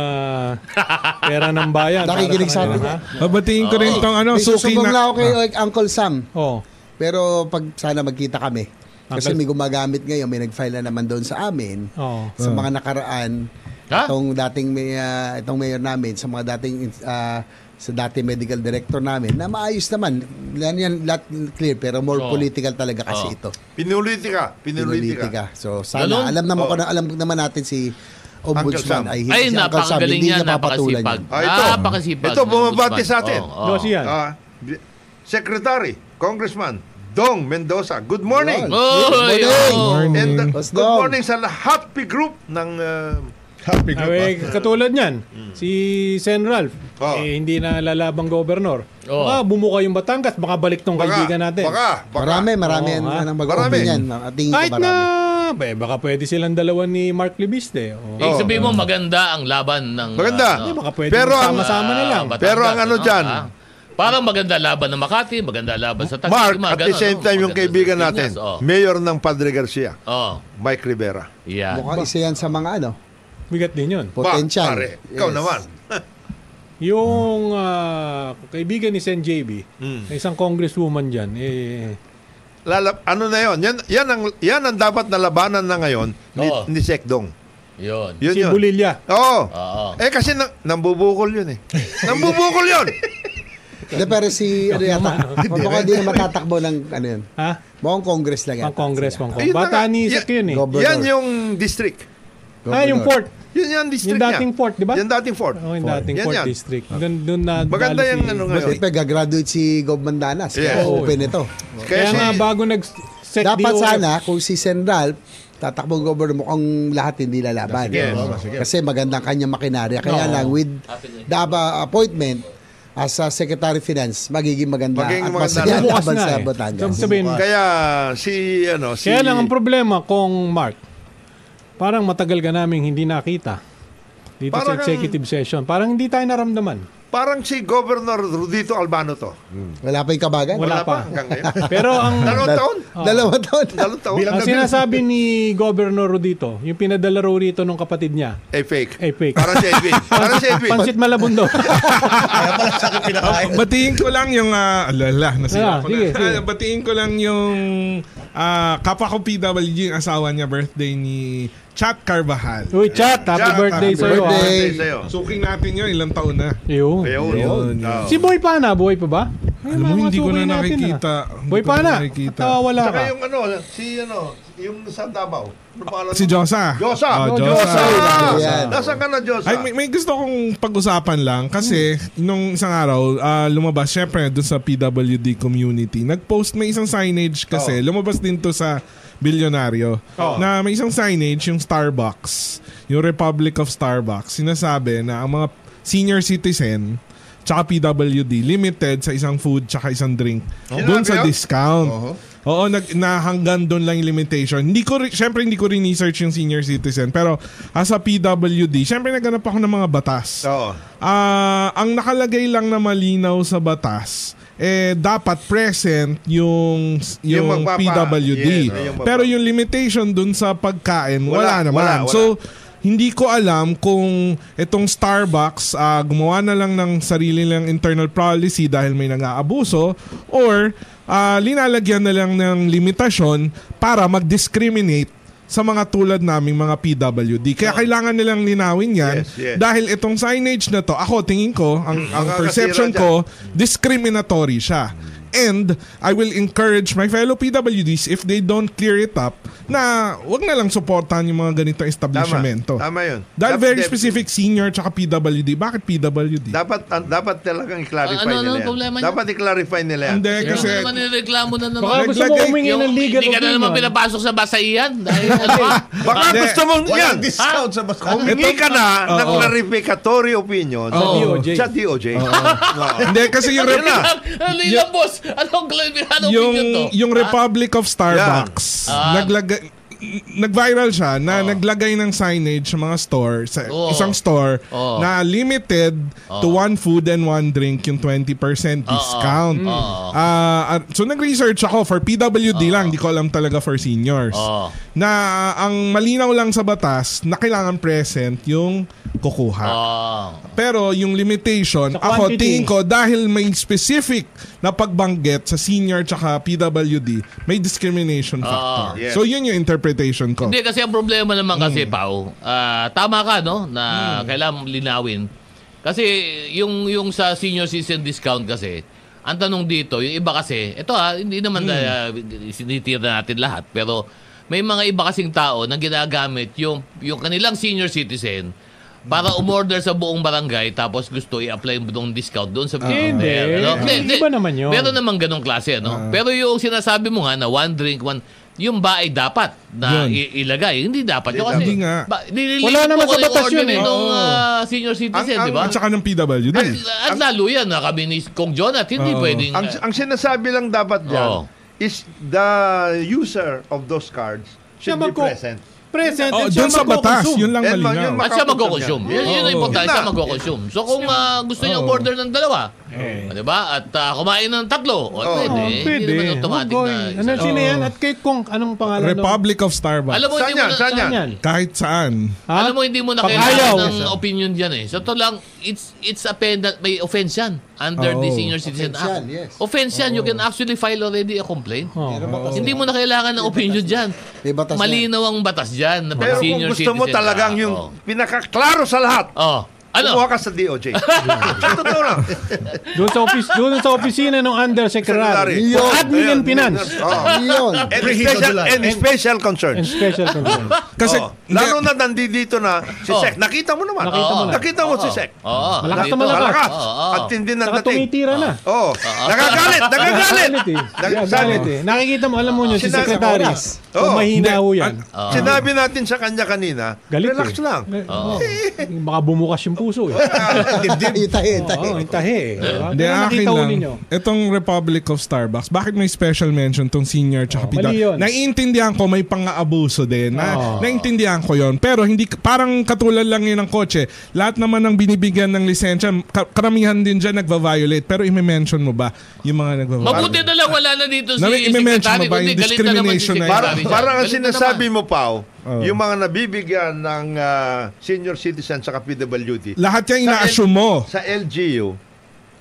A: pera ng bayan. para
C: Nakikinig sa atin.
A: kanila, ha?
J: Babatiin ko rin tong ano,
C: May
J: suki
C: susubong lang
J: na.
C: ako
A: Ah.
C: kay Oik Uncle Sam.
A: Oo.
C: Pero pag sana magkita kami. Kasi
A: Uncle- Oh.
C: may gumagamit ngayon, may nag-file na naman doon sa amin.
A: Oo.
C: Sa
A: Oo.
C: mga nakaraan,
D: Ha?
C: itong dating may, ah, itong mayor namin, sa mga dating ah, sa dati medical director namin, na maayos naman. Yan, yan lahat clear, pero more
D: Oh.
K: Oo.
C: political talaga kasi
K: Oo.
C: ito.
K: Pinulitika. Pinulitika.
C: Pinulitika. So sana,
K: Ganun?
C: alam naman, ko
K: Oo.
C: na, alam naman natin si
K: Uncle
C: Ombudsman
K: Sam.
C: ay
D: Oh.
C: hindi
D: Ay,
C: si Uncle Sam,
D: napakagaling
C: hindi
D: niya,
C: niya papatulan
D: napakasipag.
C: yun.
K: Ah, ito.
D: Napakasipag ng
K: Ito,
D: Oh,
K: bumabati
D: ombudsman.
K: sa atin.
C: Oh.
D: Oo, oo. No, siya.
K: Ah, bi- Secretary, Congressman, Dong Mendoza. Good morning.
D: Yun. Oy, Good morning. oh.
K: And, uh,
A: Boss
K: good
A: Dong.
K: morning sa la- Happy Group ng uh, Happy
A: Ay, Ah, eh, katulad niyan, si Sen Ralph, eh, hindi na lalabang gobernador.
K: Oo.
A: Baka bumuka yung Batangas, baka balik tong kaibigan natin.
C: Marami, marami
A: Oo,
C: ang
A: ha?
C: anong mag-open yan. Ang Ah, Tingin
A: Kahit
C: ko marami.
A: na, ba, eh, baka pwede silang dalawa ni Mark Libiste. Oh.
D: Ibig sabihin mo, maganda ang laban ng...
A: Maganda.
D: ah,
A: Hindi, Eh, baka pwede
D: Pero ang...
A: magsama-sama na lang.
D: Batangas,
A: Pero ang ano dyan?
D: ah. parang maganda laban ng Makati, maganda laban sa Tacloban.
K: Mark,
D: mga
K: at the
D: ganun,
K: same
D: no?
K: time, yung
D: Maganda sa
K: kaibigan
D: Pilipinas,
K: natin,
D: oo.
K: Mayor ng Padre Garcia,
D: Oh.
K: Mike Rivera.
D: Yeah.
C: Mukhang isa yan sa mga ano.
A: Bigat din yun.
C: Potential.
K: Ba, pare, ikaw naman.
A: yung ah, kaibigan ni Sen JB, na isang congresswoman dyan, eh,
K: Lalap, ano na yon? Yan, yan, ang, yan ang dapat na labanan na ngayon ni,
A: Oo.
K: ni Sek Dong.
D: Yun. oh,
K: Yun,
A: si
K: yun.
A: Bulilla.
K: Oo.
D: Oo.
K: Eh kasi na, nambubukol yun eh. nambubukol yun!
C: Hindi, pero si, ano yata, mukhang hindi na matatakbo ng, ano yun.
A: Ha?
C: Mukhang Congress lang yata.
A: Congress, pang
C: Ayun na
A: Bata
C: nga.
A: ni
C: Yan-
A: Sek yun eh.
C: Governor.
K: Yan yung district.
A: Ah, yung port.
K: Yun yung district
A: Yung dating
K: niya.
A: port, di ba?
K: Yung dating fort.
A: Oh, yung dating
K: Yan
A: port
K: yan.
A: district. Doon, doon na
K: Maganda
A: dali
K: yung ano ngayon.
C: Buti pa, gagraduate si Gov Mandanas. Kaya
K: Yeah.
C: open ito.
A: Kaya, nga bago nag Sec
C: Dapat
A: DOF.
C: sana, kung si Sendal, tatakbo governor mukhang lahat hindi lalaban.
K: Sige.
C: Oo.
K: Sige.
C: Kasi magandang kanyang makinarya. Kaya
K: Oo.
C: lang, with the ab- appointment, as a Secretary Finance, magiging maganda at
K: Magiging maganda.
C: masaya ang
K: Bukas
C: laban
K: na
C: sa
K: eh.
C: Batangas.
K: Sabi- sabihin- Kaya si, ano, si...
A: Kaya lang ang problema kung Mark, parang matagal ka naming hindi nakita dito
K: Parang
A: sa
K: ang-
A: executive session. Parang hindi tayo naramdaman.
K: Parang si Governor Rudito Albano to.
C: Wala pa yung kabagan?
A: Wala pa.
K: hanggang ngayon.
A: Pero ang...
K: Dalawang taon?
C: Dalawang taon.
K: Dalawang taon. Ah,
A: Ang sinasabi ni Governor Rodito, yung pinadala raw rito nung kapatid niya.
K: Ay Eh, fake.
A: Ay Eh, fake.
K: Parang si Edwin. Parang si Edwin.
A: Pansit malabundo.
J: Batiin Ah, ko lang yung ah, alala
A: Ah,
J: nasira ko
A: sige,
J: na.
A: sige.
J: Ah, batiin ko lang yung ah, kapwa ko PWG yung asawa niya birthday ni Chat Carvajal.
A: Uy, Chat, happy birthday sa'yo, ah. Birthday
K: sa'yo.
J: Suking natin yun, ilang taon na.
A: Yun.
J: Ayun. Yun.
A: Si Boy Pana, Boy pa ba? Ay,
J: Alam mo,
A: mga
J: hindi ko
A: sukoy
J: na
A: natin,
J: nakikita.
A: ah. Boy Pana, at, ah, wala
K: Tsaka
A: ka.
K: yung ano, si ano, si
E: yung sa Davao. Ano pangalan
J: Si
E: nun?
J: Josa.
E: Josa.
J: Oh,
E: Josa.
J: Josa.
D: Ah,
E: Ayan. Nasaan ka na, Josa?
J: Ay, may, may gusto kong pag-usapan lang kasi nung isang araw, ah, lumabas syempre doon sa PWD community. Nag-post may isang signage kasi lumabas din to sa Bilyonaryo
L: Oo.
J: na may isang signage yung Starbucks, yung Republic of Starbucks. Sinasabi na ang mga senior citizen tsaka PWD limited sa isang food tsaka isang drink.
K: Sinabi
J: Doon sa
K: yun?
J: discount.
K: Oo.
J: Oo, nag, na hanggang doon lang yung limitation. Hindi ko, ri- syempre hindi ko research yung senior citizen. Pero as a PWD, syempre naganap ako ng mga batas.
K: Oo.
J: Ah, ang nakalagay lang na malinaw sa batas, eh dapat present yung yung,
K: Yung magpapa-
J: PWD.
K: Yes, yung magpapa-
J: Pero yung limitation dun sa pagkain,
K: Wala,
J: wala, naman.
K: wala, wala.
J: So, hindi ko alam kung itong Starbucks ah, gumawa na lang ng sarili nilang internal policy dahil may nang-aabuso or ah, linalagyan na lang ng limitasyon para mag-discriminate sa mga tulad naming mga PWD. Kaya kailangan nilang linawin yan
K: Yes, yes.
J: dahil itong signage na to, ako tingin ko, ang, ang
K: Nakakasira
J: perception
K: dyan.
J: ko, discriminatory siya. And I will encourage my fellow PWDs if they don't clear it up na wag na lang suportahan yung mga ganitong establishmento.
K: Tama yun.
J: Dahil
K: Dapat-
J: very
K: dapat-
J: specific senior tsaka PWD. Bakit PWD?
K: Dapat an- dapat talagang i-clarify
D: Ano- ano
K: nila.
D: ang
K: yan.
D: problema niya?
K: dapat i-clarify nila yan.
J: Hindi, kasi-
D: Ano naman nireklamo na naman?
K: Baka gusto mo
D: Naglagay-
K: humingi ng
D: Yung-
K: legal
D: Hindi ka na naman
K: opinion.
D: pinapasok sa basaihan. Dahil ano ba?
K: Baka
D: Hindi.
K: gusto mong
D: Walang
K: yan.
D: discount
K: sa basta. Humingi
D: Ito-
K: ka na
D: Oo.
K: ng clarificatory opinion
J: Sa Oo. DOJ.
K: Sa DOJ.
J: Hindi, kasi yung
D: Ano
J: rep-
D: na? Ano yung boss? Anong ano
J: yung,
D: opinion to?
J: yung
D: Ha?
J: Republic of
D: Yeah. Oh.
J: Starbucks,
D: Ah.
J: naglagay, nag-viral siya na naglagay ng signage sa mga store, sa
D: Oo.
J: isang store,
D: Oo.
J: na limited to
D: Oo.
J: one food and one drink yung 20%
D: Oh,
J: discount.
D: Oo.
J: Ah, at- so nag-research ako for PWD
D: Oh.
J: lang, di ko alam talaga for seniors.
D: Oo.
J: Na ang malinaw lang sa batas na kailangan present yung kukuha.
D: Oh. Ah.
J: Pero yung limitation,
K: Sa
J: ako
K: quantity.
J: tingin ko dahil may specific na pagbanggit sa senior tsaka PWD, may discrimination
K: Ah,
J: factor.
D: yes.
J: So yun yung interpretation ko.
D: Hindi kasi ang problema naman
A: Mm.
D: kasi Pao, ah, tama ka no na kailangan linawin. Kasi yung yung sa senior citizen discount kasi, ang tanong dito, yung iba kasi, ito ha, hindi
A: Mm.
D: naman na, sinitira natin lahat, pero may mga iba kasing tao na ginagamit yung yung kanilang senior citizen
A: Mm.
D: para umorder sa buong barangay tapos gusto i-apply mo tong discount doon sa
A: Ah. Hindi.
D: Ano? Hindi, hindi.
A: Iba naman yun.
D: Meron namang ganong klase, ano? Pero yung sinasabi mo nga na one drink, one... Yung ba ay dapat na
J: Yun.
D: i- ilagay? Hindi dapat. yun
J: Hindi
D: kasi,
J: dapat. Hindi nga.
D: Ba, nililito
A: Wala naman
D: ko
A: sa batas
D: ano order
A: yun eh.
D: nitong,
A: Oo.
D: ah, senior citizen,
K: Ang-
D: di ba?
J: At saka ng PWD.
D: At lalo yan, na kami ni Kong Jonat, hindi
J: Oo.
D: pwedeng... ah,
K: Ang, ang sinasabi lang dapat
D: Oo.
K: dyan is the user of those cards should be present.
A: Present and
K: Oh,
A: siya
K: dun sa batas,
A: magko-consume.
K: yun
D: Eh,
K: lang Yan, malinaw. yun
D: At siya
K: makakonsume
D: magkoconsume.
K: yan.
D: Yun, yun ang
K: Oo.
D: importante,
K: Yun na.
D: siya magkoconsume. So kung ah, gusto niya
K: Oo.
D: order ng dalawa, di ba? At ah, kumain ng tatlo, o, pwede. Hindi naman automatic na... isa
A: Ano,
D: lang.
A: sino
J: Oo.
A: yan?
K: Oh.
A: At kay Kong, anong pangalan?
J: Republic of Starbucks.
D: Alam mo, hindi Saan mo yan? na- Saan yan? Saan yan?
J: Kahit saan.
D: Alam mo, hindi mo na
J: Pag
D: kailangan
J: ayaw.
D: ng opinion dyan eh. Sa totoo lang, it's, it's a pen that may offense yan under the
J: Oo.
D: Senior Citizen
C: Offense yan,
D: Act.
C: yes.
D: Offense yan.
J: Oh.
D: You can actually file already a complaint.
C: Meron ba kasi-
D: Hindi mo na kailangan ng opinion dyan.
C: batas
D: Malinaw ang batas dyan. Na
K: Pero
D: pag
K: kung
D: senior
K: gusto mo
D: citizen
K: talagang
D: ka,
K: yung
D: oh.
K: pinakaklaro sa lahat,
D: oh. ano?
K: kumuha ka sa DOJ. sa totoo lang.
A: Doon sa, office, doon sa opisina ng undersecretary.
K: Secretary.
A: Yun. Admin and
K: Ayun.
A: Finance.
K: Oo.
A: Yun.
K: Oh, And special, and special concerns.
A: And special concerns.
K: Kasi, Oh, lalo na nandito na si
A: Oo.
K: Sek. Nakita mo naman. Oh.
A: Nakita mo na.
K: Nakita mo si
D: Oh.
A: Oo.
K: Sek.
A: Oo. Malakas na
K: Nakita-
A: malakas.
K: Malakas.
A: Oo.
K: At tindi ng
A: Saka
K: dating.
A: tumitira na.
K: Oo. Nagagalit. Nagagalit.
A: eh.
K: Nagagalit.
A: Nagagalit eh. Nakikita mo, alam mo yun, si
K: Sinabi-
A: Secretary.
K: Oo.
A: Kung mahina ho yan.
K: Ah, Sinabi natin sa kanya kanina,
A: Galit
K: relax
A: eh.
K: lang.
A: Oo.
D: Oh.
A: Baka bumukas yung puso eh.
C: Yung tahi, yung tahi.
A: Oo, yung tahi eh. Diba?
J: Hindi,
A: Kaya
J: akin
A: nakita ho
J: lang.
A: ninyo.
J: Itong Republic of Starbucks, bakit may special mention tong senior tsaka
A: Oh,
J: pida?
A: mali yun. Oh.
J: Naiintindihan ko may pang-aabuso din. Na,
A: Oo.
J: Naiintindihan ko yon Pero hindi, parang katulad lang yun ng kotse. Lahat naman ng binibigyan ng lisensya, ka- karamihan din dyan nagva-violate. Pero i-mention mo ba yung mga nagva-violate?
D: Mabuti na lang wala na dito si
J: Nami- i-mention
D: Secretary.
J: mo ba
D: kundi galit na naman si
J: yung discrimination na yun?
D: Secretary
K: Parang,
D: dyan.
K: parang ang
D: Eh, Galit na
K: sinasabi mo, Pao,
A: Oh.
J: Oo.
K: yung mga nabibigyan ng ah, senior citizen sa PWD.
J: Lahat yan
K: Sa
J: ina-assume
K: L-
J: mo.
K: Sa LGU,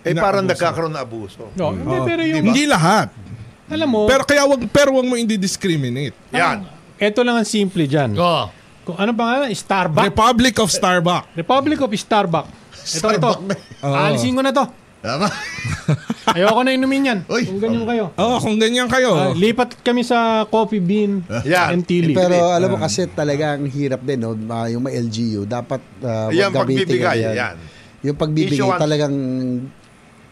K: eh parang nagkakaroon ng abuso.
A: No, hindi, pero yung...
J: Hindi lahat.
A: Alam mo...
J: Pero kaya wag pero wag mo hindi discriminate.
K: Yan.
A: Ito lang ang simple dyan.
D: Oh,
A: Kung ano pangalan? Starbucks?
J: Republic of Starbucks.
A: Republic of Starbucks. Ito, ito. Ah. Alisin ko na to. Tama. Ayoko na inumin yan. Kung ganyan kayo.
J: Oo, kung ganyan
C: Oh.
A: Ah,
J: kayo.
A: lipat kami sa coffee bean and tea leaf.
C: Pero alam
K: Ah.
C: mo kasi talagang hirap din, no? Ah, yung may LGU, dapat uh,
A: Yan, pagbibigay,
K: yan.
C: Yung pagbibigay
K: Issue one.
C: talagang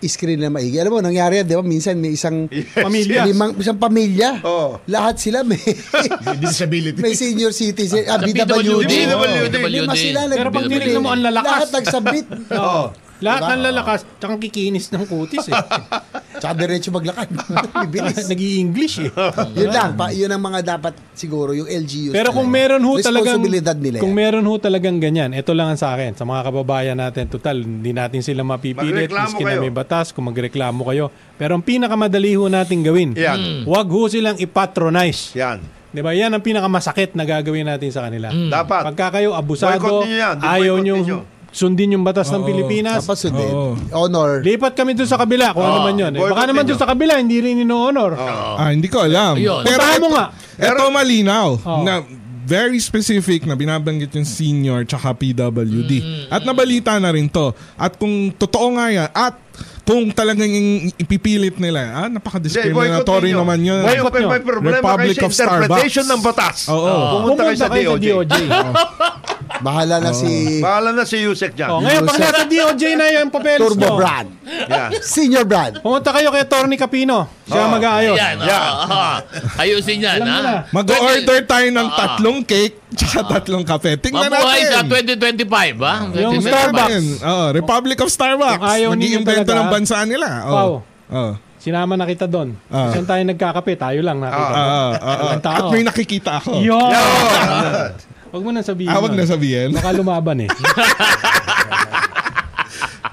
C: screen na maigi. Alam mo, nangyari yan, di ba? Minsan may isang pamilya. Limang, isang pamilya. Lahat sila may disability. may senior citizen. Ah,
A: Sa
C: BWD.
A: PWD.
C: BWD. Lima sila.
A: Pero pag
C: nagbibili.
A: tinignan mo ang lalakas.
C: Lahat nagsabit.
A: Oo. Lahat
C: Diba?
A: ng lalakas, tsaka kikinis ng kutis eh.
C: tsaka diretso maglakad. Bibilis.
A: Nag-i-English eh.
C: yun lang. Pa, yun ang mga dapat siguro yung LGUs.
A: Pero kung meron
C: talaga.
A: ho talagang
C: Responsibilidad nila
A: kung
C: yan.
A: meron ho talagang ganyan, ito lang ang sa akin, sa mga kababayan natin, total, hindi natin sila mapipilit,
K: Magreklamo
A: miski
K: kayo.
A: na may batas, kung magreklamo kayo. Pero ang pinakamadali ho natin gawin,
K: Yan.
A: wag ho silang ipatronize.
K: Yan.
A: Di ba? Yan ang pinakamasakit na gagawin natin sa kanila.
J: Hmm.
K: Mm. Dapat.
A: Pagka kayo abusado,
K: Boycott ninyo yan.
A: ayaw nyo sundin yung batas ng
C: Oo.
A: Pilipinas.
C: Dapat sundin. Honor.
A: Lipat kami doon sa kabila kung ano
C: Oo.
A: man yun. Eh,
C: Boycott
A: baka naman doon sa kabila, hindi rin ino-honor.
J: Ah, hindi ko alam.
A: Yun.
J: Pero
A: Puntahan mo
J: ito-
A: nga. Oh.
J: Ito malinaw. Na very specific na binabanggit yung senior tsaka PWD. At nabalita na rin to. At kung totoo nga yan, at kung talagang yung ipipilit nila, ah, napaka-discriminatory
K: Hindi, boycott ninyo.
J: naman yun.
K: Boycott nyo. May problema kayo sa interpretation ng batas.
J: Oo.
K: Oo. Pumunta kayo sa Pumunta kayo sa DOJ.
C: Oo. Bahala na si...
K: Bahala na si Yusek dyan.
A: Oh, ngayon, pakilala sa DOJ na yung papeles
C: Turbo
A: nyo.
C: Brand.
K: Yeah.
C: Senior Brand.
A: Pumunta kayo kay Tony Capino. Siya
D: Oo.
A: mag-aayos.
D: Yan, oo, oo. Ayusin yan,
A: Alam mo na.
D: ha?
J: Mag-order tayo ng
D: Ah.
J: tatlong cake tsaka tatlong kape. Tingnan
D: Mabuhay
J: natin.
D: sa 2025, ha?
J: Yung
D: 2025.
J: Starbucks. Oo, Republic of Starbucks.
A: Kung ayaw ninyo
J: Nag-iimbento
A: talaga,
J: ng bansa nila. Oo.
A: Pao.
J: Oo.
A: Sinama na kita doon.
J: Ah.
A: Saan tayo nagkakape? Tayo lang nakita.
J: Ah, ah, ah, ah.
A: Ang tao.
J: At may nakikita ako.
A: Yo!
J: Yo!
A: Huwag mo nang sabihin.
J: Ah, wag
A: yun.
J: na sabihin.
A: Baka lumaban eh.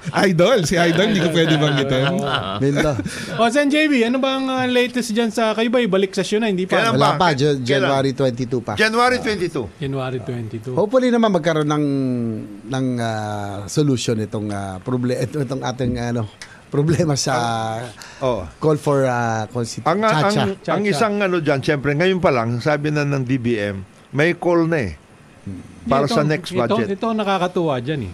J: Idol. Si Idol, hindi ko pwede banggitin.
A: Ah.
C: Benda.
A: o, Sen JB, ano ba ang uh, latest dyan sa... Kayo ba ibalik sa na? Hindi pa.
C: Wala pa. Jan- January 22 pa.
K: January 22.
A: January 22.
C: Hopefully naman magkaroon ng ng ah, solution itong problema itong ating ano problema sa call for uh,
K: Ang, ang,
C: Chacha.
K: ang isang ano dyan, siyempre, ngayon pa lang, sabi na ng DBM, may call na eh. Para
A: Ito-
K: sa next budget.
A: Ito, ito ang nakakatuwa dyan eh.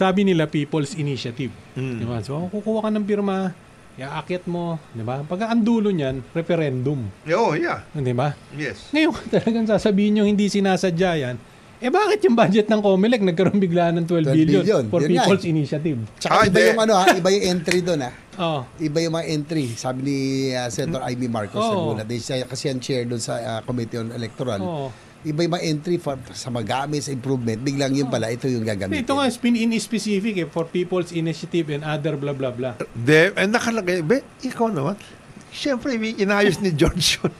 A: Sabi nila People's Initiative. Di ba? So, kukuha ka ng pirma, iaakit mo, di ba? Pag ang dulo niyan, referendum.
K: Oh, yeah.
A: Di ba?
K: Yes.
A: Ngayon, kung talagang sasabihin nyo hindi sinasadya yan, eh bakit yung budget ng COMELEC nagkaroon bigla ng 12, billion,
C: 12 billion,
A: for
C: yun nga
A: People's
C: eh.
A: Initiative?
C: Tsaka
K: Ah,
C: iba yung ano ha, iba yung entry doon ha.
A: Oh.
C: Iba yung mga entry. Sabi ni ah, Senator Amy Marcos
A: Oo.
C: Laguna, dahil siya kasi ang chair doon sa ah, Committee on Electoral.
A: Oo.
C: Iba yung mga entry for, sa magamit, sa improvement. Biglang yun pala, ito yung gagamitin.
A: Ito nga, spin in specific eh, for People's Initiative and other blah blah blah.
K: De, eh, nakalagay, be, ikaw naman. Siyempre, may inayos ni George yun.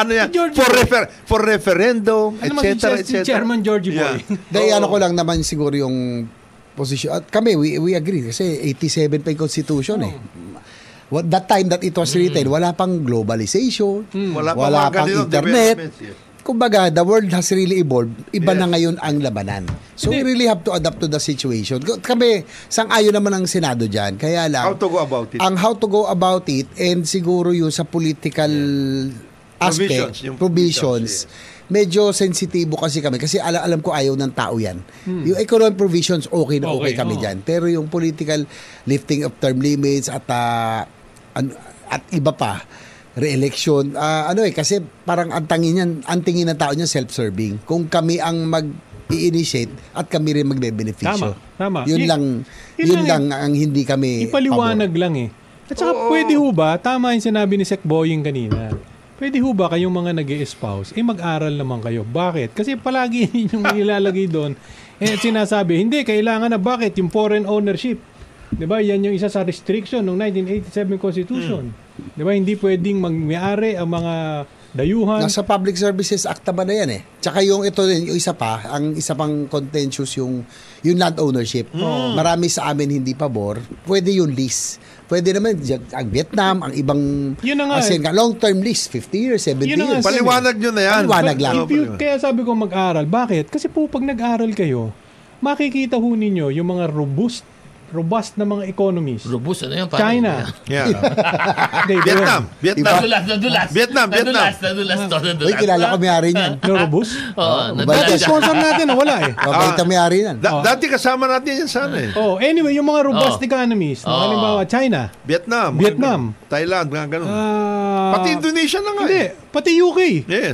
K: ano yan? for, refer- for referendum,
A: Ano
K: etc.
A: maging si Chairman Georgie Boy?
C: Dahil ano ko lang naman siguro yung position. At kami, we, we agree. Kasi 87 pa yung constitution eh. Well, that time that it was written, wala pang globalization, wala,
K: Wala pa mga
C: pang
K: ganitong
C: internet.
K: developments, yes.
C: Kumbaga, the world has really evolved. Iba
K: Yes.
C: na ngayon ang labanan. So we really have to adapt to the situation. Kami, sang-ayon naman ang Senado dyan. Kaya lang,
K: How to go about it?
C: ang how to go about it and siguro yung sa political
K: Provisions,
C: aspect,
K: yung
C: provisions, medyo sensitibo kasi kami kasi alam, alam ko ayaw ng tao yan. Yung economic provisions, okay na okay,
A: Okay,
C: kami
A: oo.
C: dyan. Pero yung political lifting of term limits at ah, an- at iba pa, re-election, ah, ano eh, kasi parang ang tangin yan, ang tingin ng tao niyan self-serving. Kung kami ang mag i-initiate at kami rin magbe-beneficio.
A: Tama, tama.
C: Yun
A: Y-
C: lang,
A: yun
C: yun
A: lang
C: lang ang hindi kami
A: Ipaliwanag lang eh. At saka pwede ho ba, tama yung sinabi ni Sec Boying kanina, pwede ho ba kayong mga nag espouse eh mag-aral naman kayo. Bakit? Kasi palagi yung nilalagay doon, eh sinasabi, hindi, kailangan na bakit? Yung foreign ownership. 'Di ba? Yan yung isa sa restriction ng 1987 Constitution. 'Di ba? Hindi pwedeng magmiari ang mga dayuhan.
C: Nasa Public Services Act naman na yan eh. Tsaka yung ito din, yung isa pa, ang isa pang contentious yung, yung land ownership.
A: Hmm.
C: Marami sa amin hindi pabor. Pwede yung lease. Pwede naman dyan- ang Vietnam, ang ibang
A: Yun na nga eh.
C: ASEAN ka- long-term lease, 50 years,
A: Yun na
C: 70
A: nga, Sen.
C: years.
A: Paliwanag
K: nyo na yan.
C: Paliwanag lang.
A: If you- kaya sabi ko mag-aral. Bakit? Kasi po pag nag-aral kayo, makikita ho ninyo yung mga robust robust na mga economies.
D: Robust, ano yan? Parang-
A: China.
D: Yeah.
A: Hindi,
D: Vietnam,
C: Diba?
A: pero-
D: Vietnam. Nadulas, nadulas.
A: Vietnam, Vietnam.
D: Nadulas, nadulas to,
A: eh.
D: nadulas.
C: Uy, kilala ko may-ari niyan.
A: No, Robus?
D: Oo,
A: Ba't yung sponsor natin na wala eh?
C: Mabait ang may-ari niyan.
A: Oh.
K: Dati kasama natin yan sana eh.
A: Oh, anyway, yung mga robust
K: Oh.
A: economies, na
K: Oh.
A: halimbawa China,
K: Vietnam.
A: Vietnam.
K: Thailand, mga ganun.
A: Ah,
K: Pati Indonesia na nga
A: Hindi,
K: eh.
A: pati UK.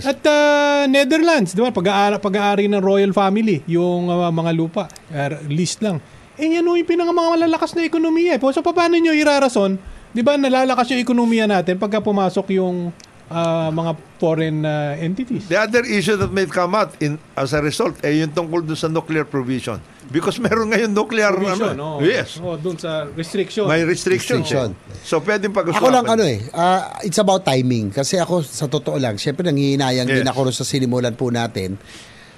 A: At ah, Netherlands, di ba? Pag-aari, pag-aari ng royal family, yung ah, mga lupa, ah, list lang. Eh yan o yung pinaka mga malalakas na ekonomiya. eh. So paano nyo irarason, di ba nalalakas yung ekonomiya natin pagka pumasok yung ah, mga foreign ah, entities?
K: The other issue that may come out in, as a result ay yung tungkol dun sa nuclear provision. Because meron ngayon nuclear
A: Provision, oh. oo.
K: ano, Yes.
A: Oo, dun sa restriction.
K: May restriction. eh.
C: Restriction.
K: So pwedeng pag-usapan.
C: Ako lang ano eh, ah, it's about timing. Kasi ako sa totoo lang, syempre nangihinayang
K: Yes.
C: din ako rin sa sinimulan po natin.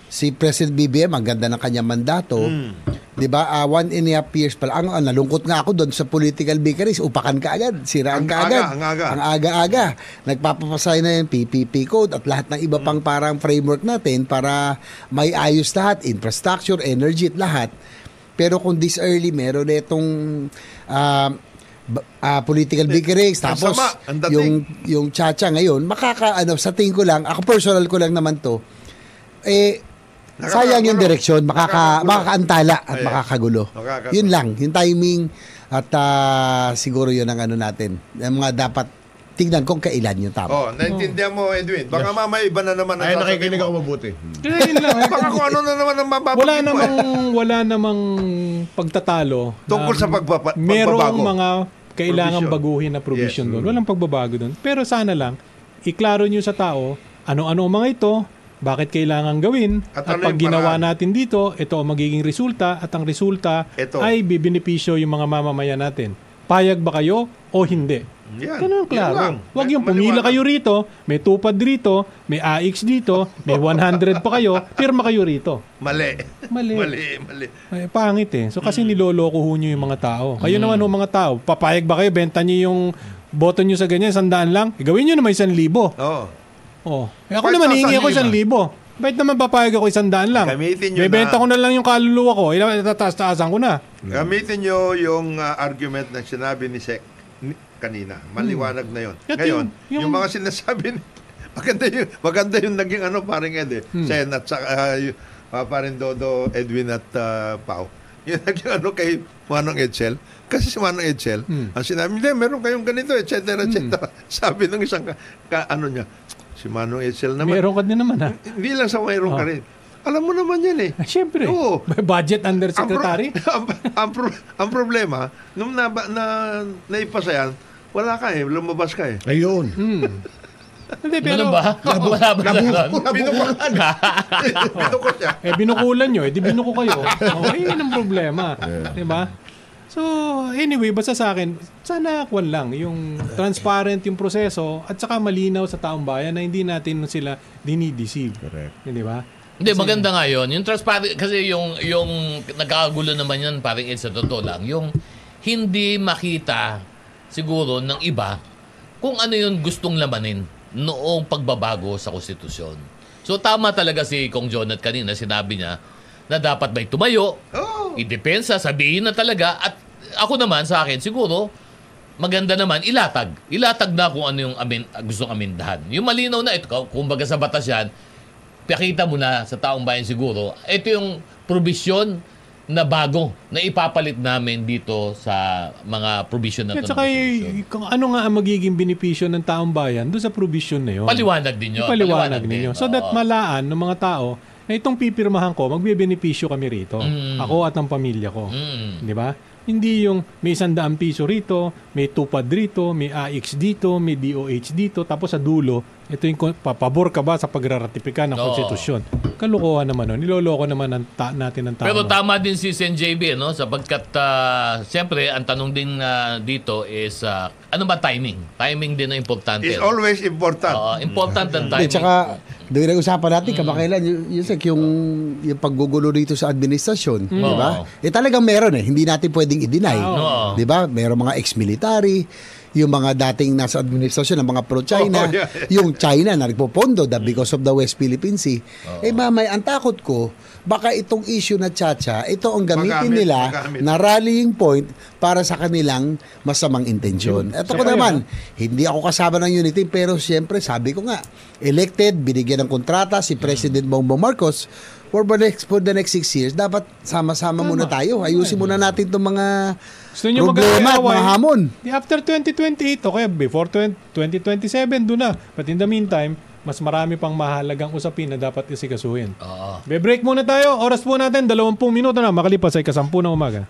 C: Si President BBM, ang ganda ng kanyang mandato.
K: Mm.
C: 'Di ba? Ah, one and a half years pa lang. Ang, ang nalungkot nga ako doon sa political bakeries, upakan ka agad, siraan ka
K: aga,
C: agad.
K: ang aga.
C: Ang aga-aga. Nagpapapasay na yung PPP code at lahat ng iba
K: Hmm.
C: pang parang framework natin para may ayos lahat, infrastructure, energy at lahat. Pero kung this early, meron na itong ah, ba- ah, political bickerings,
K: ang
C: tapos
K: sama, ang dating.
C: yung, yung chacha ngayon, makakaano, sa tingin ko lang, ako personal ko lang naman to, eh, sayang yung direksyon, makaka, makakaantala at
K: Ayan.
C: makakagulo.
K: Makakagulo.
C: Yun lang, yung timing at ah, siguro yun ang ano natin, ang mga dapat tingnan kung kailan yung tama.
K: Oh, naintindihan mo, Edwin. Baka mamaya iba na naman ang
I: Ay,
K: sasabihin
I: nakikinig
K: mo.
I: ako mabuti.
A: Kaya yun lang.
K: Baka kung ano na naman ang mababagin
A: wala
K: mo eh.
A: namang wala namang pagtatalo
K: Tungkol sa pagbaba-
A: merong
K: pagbabago.
A: mga kailangan
K: Provision.
A: baguhin na provision
K: Yes. Mm.
A: doon walang pagbabago doon pero sana lang iklaro nyo sa tao ano-ano ang mga ito bakit kailangan gawin at,
K: At ano
A: pag
K: yung
A: ginawa
K: paraan?
A: natin dito ito ang magiging resulta at ang resulta
K: Ito.
A: ay bibinipisyo yung mga mamamayan natin payag ba kayo o hindi
K: Yan.
A: Ganun,
K: Yan lang.
A: klaro. Huwag yung pumila kayo rito, may tupad rito, may AX dito, may 100 pa kayo, pirma kayo rito.
K: Mali.
A: Mali.
K: Mali, mali.
A: Ay, pangit eh. So kasi niloloko ho nyo yung mga tao. Kayo naman ho mga tao, papayag ba kayo, benta nyo yung boto nyo sa ganyan, sandaan lang, Eh, gawin nyo naman isang libo.
K: Oo.
A: Oh. Eh, ako naman, hihingi ako isang libo. Bakit naman papayag ako isang daan lang?
K: Gamitin nyo
A: Bebenta
K: na-
A: ko na lang yung kaluluwa ko. Ilan, tataas-taasan ko na.
K: Gamitin nyo yung ah, argument na sinabi ni Sek ni- kanina. Maliwanag na yon.
A: At
K: Ngayon,
A: Hmm. yung-
K: yung,
A: yung-
K: mga sinasabi ni... Maganda yung, maganda yung naging ano, paring Ed eh.
A: Hmm.
K: Sen at saka, ah, yung- ah, paring Dodo, Edwin at ah, Pau. Yung naging ano kay Manong Edsel. Kasi si Manong Edsel,
A: Hmm.
K: ang sinabi niya, meron kayong ganito, et cetera, et cetera." Sabi ng isang, ka, ka- ano niya, si Manong Edsel naman.
A: Meron Ah. ka din naman ah. ha.
K: Hindi lang sa mayroon ka rin. Alam mo naman yan eh.
A: Siyempre.
K: Oo.
A: Budget undersecretary.
K: ang, ang, pro- ang problema, nung na, na, naipasa yan, wala ka eh, lumabas ka eh.
I: Ayun.
A: Hindi, pero...
D: Ano ba? Wala ba ganun?
K: Binukulan. Binuko siya.
A: Eh, binukulan nyo. Eh, di binuko kayo. Oh, eh, yun ang problema. Di ba? So, anyway, basta sa akin, sana kwan lang, yung transparent yung proseso at saka malinaw sa taong bayan na hindi natin sila dinideceive. Correct. Di ba?
D: Hindi, maganda nga yun. Yung transparent, kasi yung, yung nagkakagulo naman yan, parang Ed, sa totoo lang, yung hindi makita siguro ng iba kung ano yung gustong lamanin noong pagbabago sa konstitusyon. So tama talaga si Kong John at kanina sinabi niya na dapat may tumayo, idepensa, sabihin na talaga at ako naman sa akin siguro maganda naman ilatag. Ilatag na kung ano yung amin, gustong amindahan. Yung malinaw na ito, kumbaga sa batas yan, pakita mo na sa taong bayan siguro, ito yung provision na bago na ipapalit namin dito sa mga provision na
A: At
D: ito.
A: saka, eh, kung ano nga ang magiging benepisyo ng taong bayan doon sa provision na yun.
D: Paliwanag din yun.
A: Ipaliwanag
D: Paliwanag
A: ninyo.
D: din,
A: So that
D: oo.
A: malaan ng mga tao na itong pipirmahan ko, magbebenepisyo kami rito.
D: Mm.
A: Ako at ang pamilya ko.
D: Mm.
A: Di ba? Hindi yung may sandaang piso rito, may tupad rito, may AX dito, may DOH dito, tapos sa dulo, ito yung kon- papabor ka ba sa pagraratipika ng
D: Oo.
A: konstitusyon. Kalokohan naman nun. Niloloko naman ang ta- natin ang tao.
D: Pero tama din si Sen JB, no? Sapagkat, ah, siyempre, ang tanong din ah, dito is, ah, ano ba timing? Timing din ang importante.
K: It's always important.
D: Oo, important ang
C: At
D: timing.
C: saka, doon nag-usapan natin, kamakailan, yung, yung, yung, yung paggugulo dito sa administrasyon,
D: Mm.
C: di ba? Eh talagang meron eh, hindi natin pwedeng i-deny.
D: Oo.
C: Di ba? Meron mga ex-military, yung mga dating nasa administrasyon ng mga pro-China,
K: Oh, yeah.
C: yung China na nagpopondo da because of the West Philippine Sea. Eh mamay, ang takot ko, baka itong issue na chacha, ito ang gamitin
K: Magamit,
C: nila
K: magamit.
C: na rallying point para sa kanilang masamang intensyon.
K: Yun.
C: Ito
K: Sa
C: ko
K: kaya.
C: naman, hindi ako kasama ng unity pero siyempre sabi ko nga, elected, binigyan ng kontrata si President Bongbong Marcos for the next, for the next six years. Dapat sama-sama muna tayo. Ayusin muna natin itong mga
A: Gusto nyo
C: problema, mga hamon.
A: Di after 2028, okay, before 20, 2027, doon na. But in the meantime, mas marami pang mahalagang usapin na dapat isikasuhin.
D: Oo.
A: Be-break muna tayo. Oras po natin, 20 minuto na. Makalipas ay kasampu ng umaga.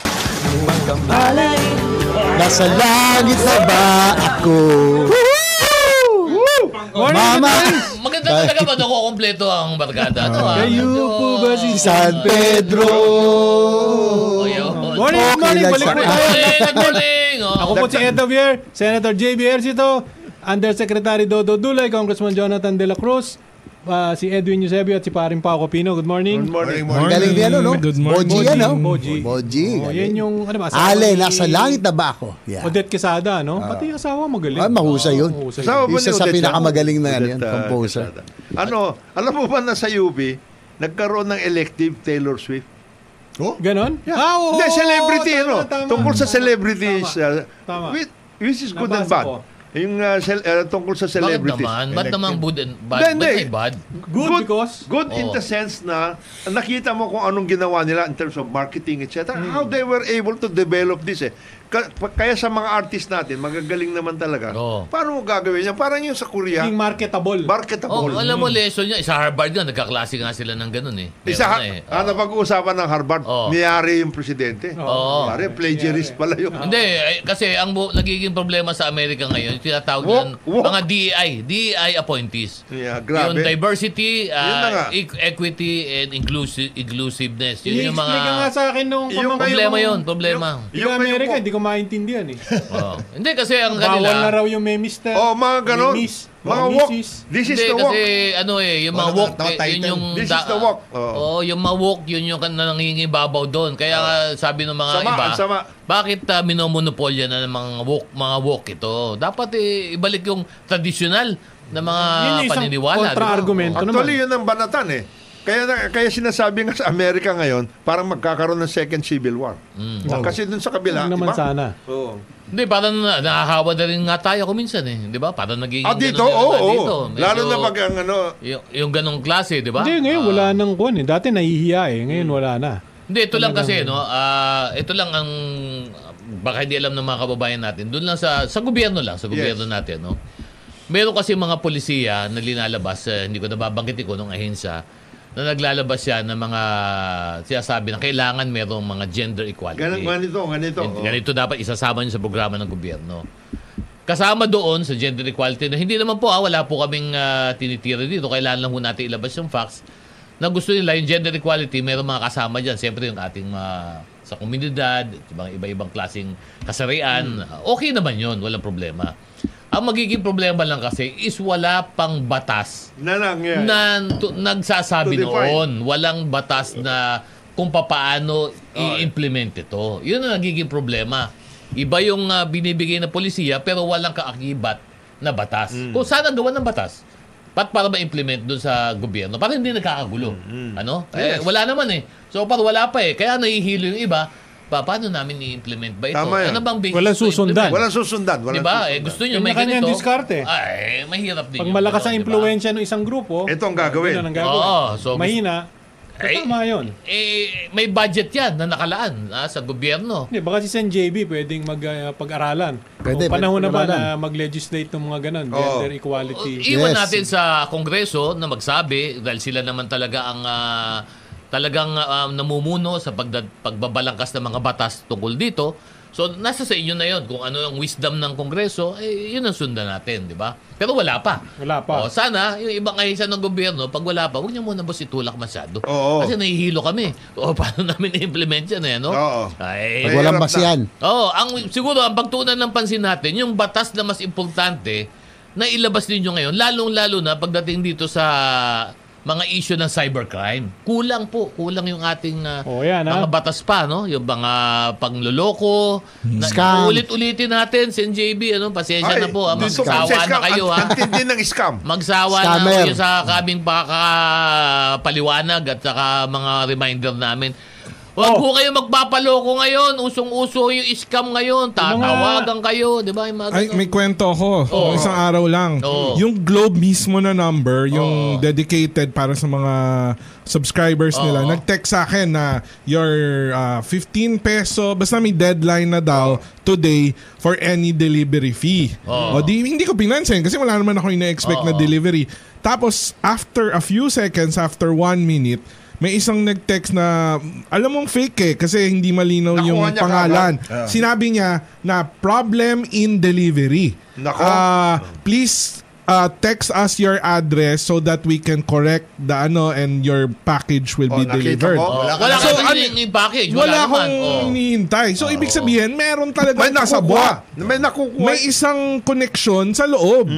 C: Nasa langit na ba ako? Mama!
D: Maganda talaga ba nakukompleto ang barkada? Ano, ah?
A: po ba si
C: San Pedro?
A: Morning, good morning.
C: Okay,
A: Balik po
C: like-
A: tayo.
D: Good morning. Oh.
A: Ako po si Ed Javier, Senator JB Ercito, Undersecretary Dodo Dulay, Congressman Jonathan De La Cruz, ah, si Edwin Eusebio at si Paring Paco Pino. Good morning. Good
K: morning.
C: Ang galing niya, no? no?
J: Good morning.
C: Boji ano? yan, no?
A: Boji.
C: Boji.
A: Oh, yan yung, ano ba? asawa
C: Ale,
A: ni
C: nasa langit na ba ako? Yeah.
A: Odette Quesada, no? Pati yung asawa magaling.
C: Ah, mahusay yun.
A: mahusay
K: Kasama ba
C: Isa
K: ni
C: sa
K: Odette
C: pinakamagaling na
K: yan?
C: ano yan,
K: Odette, ah,
C: composer.
K: Quesada. Ano, alam mo ba na sa UP, nagkaroon ng elective Taylor Swift?
A: Ganon? Ah, oo,
K: Hindi,
A: oo,
K: celebrity,
A: tama,
K: ano?
A: tama.
K: Tungkol sa celebrities. uh,
A: Tama.
K: with- Which is good and
A: Nabasa
K: bad.
A: ko.
K: Yung uh, cel- uh, tungkol sa
D: Bakit
K: celebrities.
D: naman? Ba't naman good and bad? Ba't
K: Hindi, hindi.
D: may bad?
A: Good, because?
K: Good in
D: Oo.
K: the sense na nakita mo kung anong ginawa nila in terms of marketing, etc.
D: Hmm.
K: How they were able to develop this eh. Ka- pa- Kaya sa mga artist natin, magagaling naman talaga.
D: Oo.
K: Paano mo gagawin yan? Parang yung sa Korea,
A: Naging marketable.
K: marketable.
D: Oh, alam mo, lesson niya. Sa Harvard nga, nagkaklase nga sila ng ganun eh. Meron
K: Isa,
D: na eh. Oh.
K: ah, napag-uusapan ng Harvard,
D: Oo.
K: niyari yung presidente.
D: Oo.
K: Niyari, plagiarist pala yun.
D: Oh. Hindi, eh, kasi ang bu- nagiging problema sa Amerika ngayon, tinatawag
K: Walk,
D: yan
K: walk.
D: mga DEI, DEI appointees.
K: Yeah, grabe.
D: Yung diversity, ah,
K: Yun na nga.
D: equ- equity, and inclusive, inclusiveness. Yun yung
A: I-explain ka nga
D: mga...
A: sa akin nung
K: Yung-
D: Problema
K: yung-
D: yun, problema.
A: Yung
K: Yung-
A: Amerika,
K: yung-
A: hindi ko maintindihan eh.
D: Oo. Hindi, kasi ang kanila...
A: Bawal na raw yung may mister.
K: Oh, mga ganon.
A: may miss,
K: Mga
A: may
K: walk.
A: missis.
K: This
D: oh,
K: is
D: Hindi,
K: the walk.
D: kasi ano eh, yung mga
I: Walang
D: walk,
I: tao
D: eh, yun
I: title.
D: yung...
K: This is the walk. Oo.
D: Oo, yung mga walk, yun yung kan- nangingibabaw doon. Kaya nga sabi ng mga
K: Sama,
D: iba,
K: ang sama.
D: bakit uh, minomonopolya na ng mga walk, mga walk ito? Dapat eh, ibalik yung traditional na mga
A: Yun yung isang
D: paniniwala. di ba?
A: kontra-argumento naman.
D: Ano
K: Actually, yun ang banatan eh. Kaya, na- kaya sinasabi nga sa Amerika ngayon, parang magkakaroon ng second civil war.
D: Hmm.
K: Oh, Kasi dun sa kabila,
A: Huwag naman
K: di ba?
A: sana.
K: Oo.
D: Hindi, parang na, nahahawa na rin nga tayo kuminsan eh. Di ba? Parang nagiging...
K: Ah, dito,
D: ganun
K: oo.
D: yata
K: oo.
D: dito. Medyo-
K: Lalo na pag ang ano,
D: Yung, yung ganong klase, di ba?
A: Hindi, ngayon
D: Ah. Hmm.
A: wala nang kuwan eh. Dati nahihiya eh. Ngayon wala na.
D: Hindi, ito lang kasi, no? ah ito lang ang, baka hindi alam ng mga kababayan natin, doon lang sa, sa gobyerno lang, sa gobyerno natin, no? Meron kasi mga polisiya na linalabas, eh, hindi ko nababanggit ko nung ahensya, na naglalabas siya ng mga sinasabi na kailangan merong mga gender equality.
K: ganito, ganito. ganito. oh.
D: Ganito, ganito dapat isasama niyo sa programa ng gobyerno. Kasama doon sa gender equality na hindi naman po ah, wala po kaming ah, tinitira dito. Kailangan lang po natin ilabas yung facts na gusto nila yung gender equality, meron mga kasama dyan. Siyempre yung ating mga sa komunidad, yung mga iba-ibang klaseng kasarian. Okay naman yun, walang problema. Ang magiging problema lang kasi is wala pang batas
K: Na lang yan.
D: na to- nagsasabi
K: To define.
D: noon. Walang batas na kung papaano i-implement ito. Yun ang nagiging problema. Iba yung ah, binibigay na polisiya pero walang kaakibat na batas.
K: Mm.
D: Kung sana gawa ng batas, pat para ma-implement doon sa gobyerno. Para hindi nagkakagulo.
K: Mm,
D: Ano? Eh, wala naman eh. So, par wala pa eh. Kaya nahihilo yung iba. Pa, paano namin i-implement ba ito?
K: Tama yan.
D: Ano bang basis
A: Walang
D: to implement?
A: susundan.
K: Walang susundan.
D: Di
K: Walang
D: ba? Eh,
K: susundan.
D: gusto nyo may
A: Kanya-kanya
D: ganito.
A: ang diskarte.
D: Ay, mahirap din. Diba?
A: Pag
D: yung
A: malakas ang
D: ganun, di ba?
A: impluensya ng isang grupo,
K: Ito ang gagawin.
A: yun ang gagawin.
D: Oo, so- eh.
A: Mahina. So,
D: Ay-
A: tama yun.
D: eh, may budget yan na nakalaan ah, sa gobyerno.
A: Hindi, baka si Sen JB pwedeng mag-pag-aralan.
C: Pwede,
A: Kung panahon
C: pwede
A: na ba na
C: pag-aralan.
A: mag-legislate ng mga ganon,
K: Oo.
A: gender equality.
D: Iwan
C: Yes.
D: natin sa Kongreso na magsabi dahil sila naman talaga ang ah, talagang ah, namumuno sa pagda- pagbabalangkas ng mga batas tungkol dito. So nasa sa inyo na 'yon kung ano ang wisdom ng Kongreso, eh 'yun ang sundan natin, 'di ba? Pero wala pa.
A: Wala pa.
D: O, sana yung ibang ahensya ng gobyerno pag wala pa, huwag niyo muna boss itulak masyado.
K: Oo.
D: Kasi nahihilo kami. O paano namin i-implement 'yan, eh, no?
K: Oo.
D: Ay,
C: Pag walang
K: Mahirap na.
C: basihan.
D: Oo, ang siguro ang pagtuunan ng pansin natin, yung batas na mas importante na ilabas ninyo ngayon, lalong-lalo na pagdating dito sa mga issue ng cybercrime. Kulang po, kulang yung ating ah,
A: yan, ah.
D: mga batas pa, no? Yung mga pangloloko. Na,
K: Scam.
D: Ulit-ulitin natin, Sen JB, ano? Pasensya na
K: Ay,
D: po. ah,
K: dito ka sa
D: Magsawa na
K: scam.
D: kayo, ah.
K: Ang-
D: ha?
K: ang tindi ng scam.
D: Magsawa na
K: Scammer.
D: kayo sa kaming paliwanag at saka mga reminder namin.
J: Oh.
D: Huwag po kayo magpapaloko ngayon. Usong-uso yung scam ngayon. Tatawagan kayo. Di ba? Yung mga
J: Ay,
D: ganun.
J: may kwento ako.
D: Oo.
J: Isang araw lang.
D: Oo.
J: Yung Globe mismo na number, yung dedicated para sa mga subscribers nila,
D: Oo.
J: nag-text sa akin na your ah, 15 peso, basta may deadline na daw today for any delivery fee.
D: Oo.
J: O di, hindi ko pinansin kasi wala naman ako ina-expect na
D: Oo.
J: delivery. Tapos, after a few seconds, after one minute, may isang nag-text na, alam mong fake eh, kasi hindi malinaw
K: Nakuha
J: yung
K: niya
J: pangalan.
K: kaagad. Ah.
J: Sina- sinabi niya na problem in delivery.
K: Nako.
J: Ah, please ah, text us your address so that we can correct the ano and your package will
K: Oh,
J: be
K: nakita
J: delivered.
K: mo? Wala
D: ka na
J: so,
D: kasi
J: ano,
D: yung package. Wala,
J: wala
D: naman. Oh.
J: akong
D: Oo.
J: hinihintay. So, ibig sabihin, meron talaga
K: May nakukuha. May nakukuha.
J: May isang connection sa loob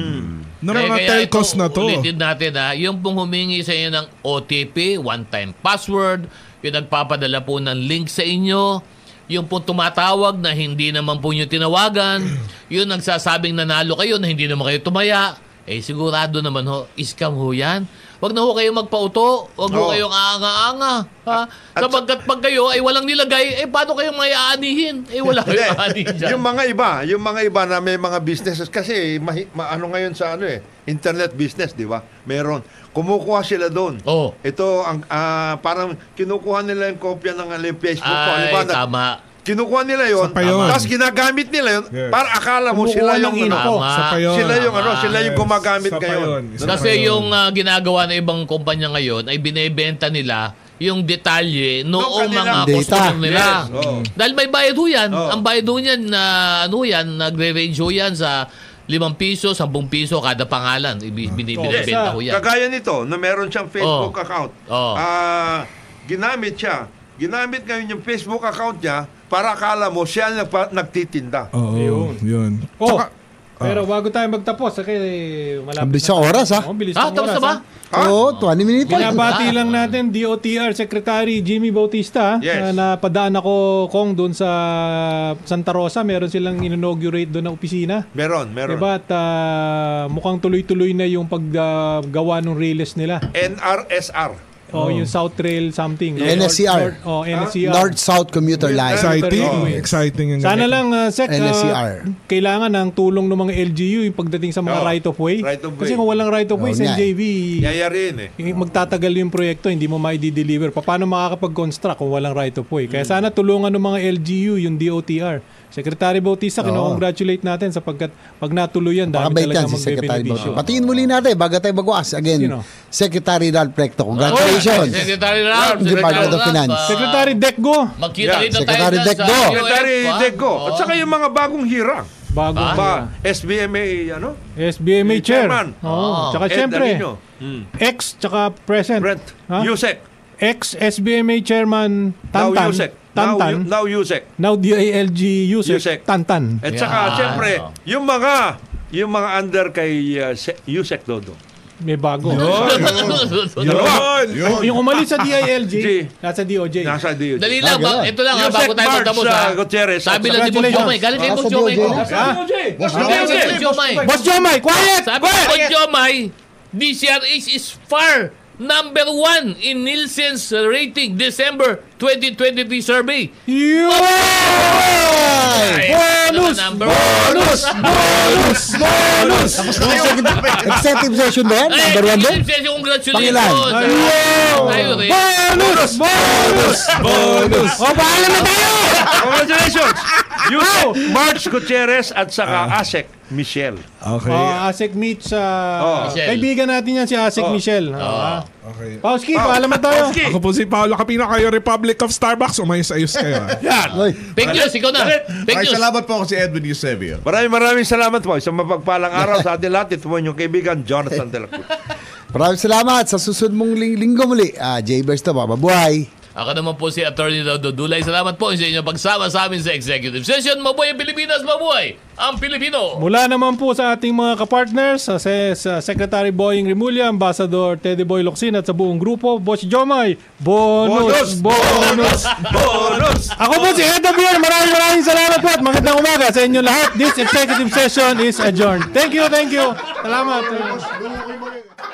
J: ng mga telcos
D: Hmm. ito,
J: na to.
D: Ulitin natin ha, yung pong humingi sa inyo ng OTP, one-time password, yung nagpapadala po ng link sa inyo, yung pong tumatawag na hindi naman po nyo tinawagan, yung nagsasabing nanalo kayo na hindi naman kayo tumaya, eh sigurado naman ho, scam ho yan. Huwag na ho kayo magpauto, huwag ho
K: Oo.
D: kayong aanga-anga. Ha? Sabagkat pag kayo ay walang nilagay, eh paano kayong may aanihin? Eh wala
K: Hindi.
D: kayong aanihin dyan.
K: yung mga iba, yung mga iba na may mga businesses kasi mahi, ma- ano ngayon sa ano eh, internet business, di ba? Meron. Kumukuha sila doon.
D: Oo.
K: Ito ang ah, parang kinukuha nila yung kopya ng ano, yung Facebook ko.
D: Ay,
K: Halimbawa, na-
D: tama.
K: Kinukuha nila yon,
J: pa yun.
K: tapos ginagamit nila yon
J: Yes.
K: para akala mo
A: Kumukuha
K: sila
A: ng
K: yung
A: info.
K: ano,
D: Sa pa yun.
K: sila yung ano,
D: Tama.
K: sila yung gumagamit
J: Sa pa
K: ngayon.
J: yun. Isa
D: Kasi
J: pa yun.
D: yung ah, ginagawa ng ibang kumpanya ngayon ay binebenta nila yung detalye noong mga
K: kanilang
D: customer
C: data.
D: nila.
K: Yes, oo.
D: Dahil may bayad ho yan.
K: Oo.
D: Ang bayad ho yan, na ano yan, nagre-range ho yan sa 5 piso, 10 piso kada pangalan. Ibi- Binibenta ho yan.
K: Kagaya nito, na meron siyang
D: Oh.
K: Facebook account.
D: Oh.
K: Ah, ginamit siya. Ginamit ngayon yung Facebook account niya para akala mo siya ang nagpa- nagtitinda.
J: Oo,
A: Ayun.
J: yun.
A: Oh,
J: Tsaka-
K: Ah.
A: pero bago tayo magtapos, kasi malapit
C: Ang bilis sa oras, ha?
A: Oo, bilis
D: Ah,
A: ng
D: tapos
A: oras,
D: na ba?
A: ha?
C: Oo, 20 minutes.
D: Binabati
A: Binabati lang natin DOTR Secretary Jimmy Bautista
K: Yes.
A: na napadaan ako kong doon sa Santa Rosa. Meron silang inaugurate doon na opisina.
K: Meron, meron.
A: Diba? At ah, mukhang tuloy-tuloy na yung paggawa ng release nila.
K: NRSR. Oh.
A: O yung South Trail something. no? North-
C: NSCR.
A: Oh, NSCR.
C: North-South commuter line.
J: Exciting.
A: Oo.
J: Exciting
K: Oh.
J: yung
A: Sana lang, uh, Sec, ah,
C: NSCR.
A: kailangan ng tulong ng mga LGU yung pagdating sa mga
K: Oo.
A: right-of-way.
K: Oh. Right of way.
A: Kasi kung walang right-of-way,
C: Oo
A: sa
C: nga eh.
A: JV,
K: Yayarin eh.
A: yung magtatagal yung proyekto, hindi mo mai-deliver. Paano makakapag-construct kung walang right-of-way?
K: Mm.
A: Kaya sana tulungan ng mga LGU yung DOTR. Secretary Bautista, kinakongratulate natin sapagkat pag natuloyan, dami
C: Pakabait yan
A: talaga
C: si Secretary Bautista.
A: magbe-beneficio.
C: Patingin muli natin bago tayo magwas. Again,
A: Sino? Oh.
C: Secretary Ralph Recto.
D: Congratulations!
C: Congratulations.
D: Secretary Ralph,
C: Department of
D: Ralph,
C: Finance.
D: ah,
A: Secretary Dekgo,
D: Magkita
K: Yeah,
D: rin na tayo
C: Secretary
D: dyan sa
C: Dekgo.
D: UF,
K: Secretary
D: ah.
K: Deggo.
D: Oo.
K: At saka yung mga bagong hirang.
A: bago
D: Ah?
K: Ba, SBMA, ano?
A: SBMA
K: Yung
A: Chair.
K: chairman.
A: Oo. Tsaka
K: Ed
A: syempre,
K: Arino. Mm.
A: ex tsaka present.
K: Brent.
A: Ha?
K: Yusek.
A: Ex-SBMA Chairman
K: Now
A: Tantan.
K: Yusek. Now,
A: Tantan.
K: Yu- now Yusek.
A: Now DILG Yusek,
K: Yusek.
A: Tantan.
K: At
D: Yeah.
K: saka, syempre, yung mga yung mga under kay uh, Se- Yusek Dodo.
A: May bago.
K: Dalawa.
A: Yung- Yung umalis sa DILG,
K: G.
A: nasa DOJ.
K: Nasa DOJ.
D: Dali lang,
C: Ah, ganun.
D: ba- ito lang ha,
K: Yusek
D: bago tayo
K: March,
D: magtapos
K: ah,
D: ha.
K: Gutierrez.
D: Sabi lang ni Boss
A: Congratulations.
D: Jomay, galing kay
C: Ah,
D: Boss
C: sa
D: Jomay.
A: Ah,
C: DOJ.
D: Galing kay Boss Jomay.
A: Boss Jomay, quiet!
D: Sabi ko kay Jomay, DCRH is far number one in Nielsen's rating December 2023 survey.
A: Yun!
D: Ay,
A: Bonus!
D: ano Number one.
C: Bonus! Bonus! Executive session ba yan?
D: Ay,
C: Number one ba?
D: congratulations, congratulations.
C: Pangilan.
D: Ayun! Tayo rin.
A: Bonus! Bonus! Bonus! O, bahala na tayo!
K: Congratulations! Yusek March Gutierrez at saka Asek Michelle.
J: Okay.
A: Oh, Asik Mitch sa...
K: Oh.
D: Michelle.
A: Kaibigan natin yan si Asik
K: Oh.
A: Michelle.
D: Oh.
A: Ah.
J: okay.
A: Pauski, paalam na tayo.
K: Oski!
J: Ako po si Paolo Capino, kayo Republic of Starbucks. Umayos-ayos kayo. ah.
C: Oy,
D: Fake news, ikaw na. Fake
H: Maraming
D: news.
H: salamat po ako si Edwin
E: é
H: Eusebio.
K: Maraming maraming salamat po. Isang mapagpalang araw sa atin lahat. Ito po yung kaibigan, Jonathan De La Cruz.
C: Maraming salamat sa susunod mong ling- linggo muli. Ah, Jay Bersta, mabuhay.
D: Ako naman po si Attorney Rodo Dulay. Salamat po sa inyong pagsama sa amin sa Executive Session. Mabuhay ang Pilipinas, mabuhay ang Pilipino.
A: Mula naman po sa ating mga kapartners, sa, se- sa Secretary Boying Rimulya, Ambassador Teddy Boy Locsin at sa buong grupo, Boss Jomay, bonus, bonus, bonus. Ako po si Ed Abier, maraming maraming salamat po at magandang umaga sa inyo lahat. This executive session is adjourned. Thank you, thank you. Salamat.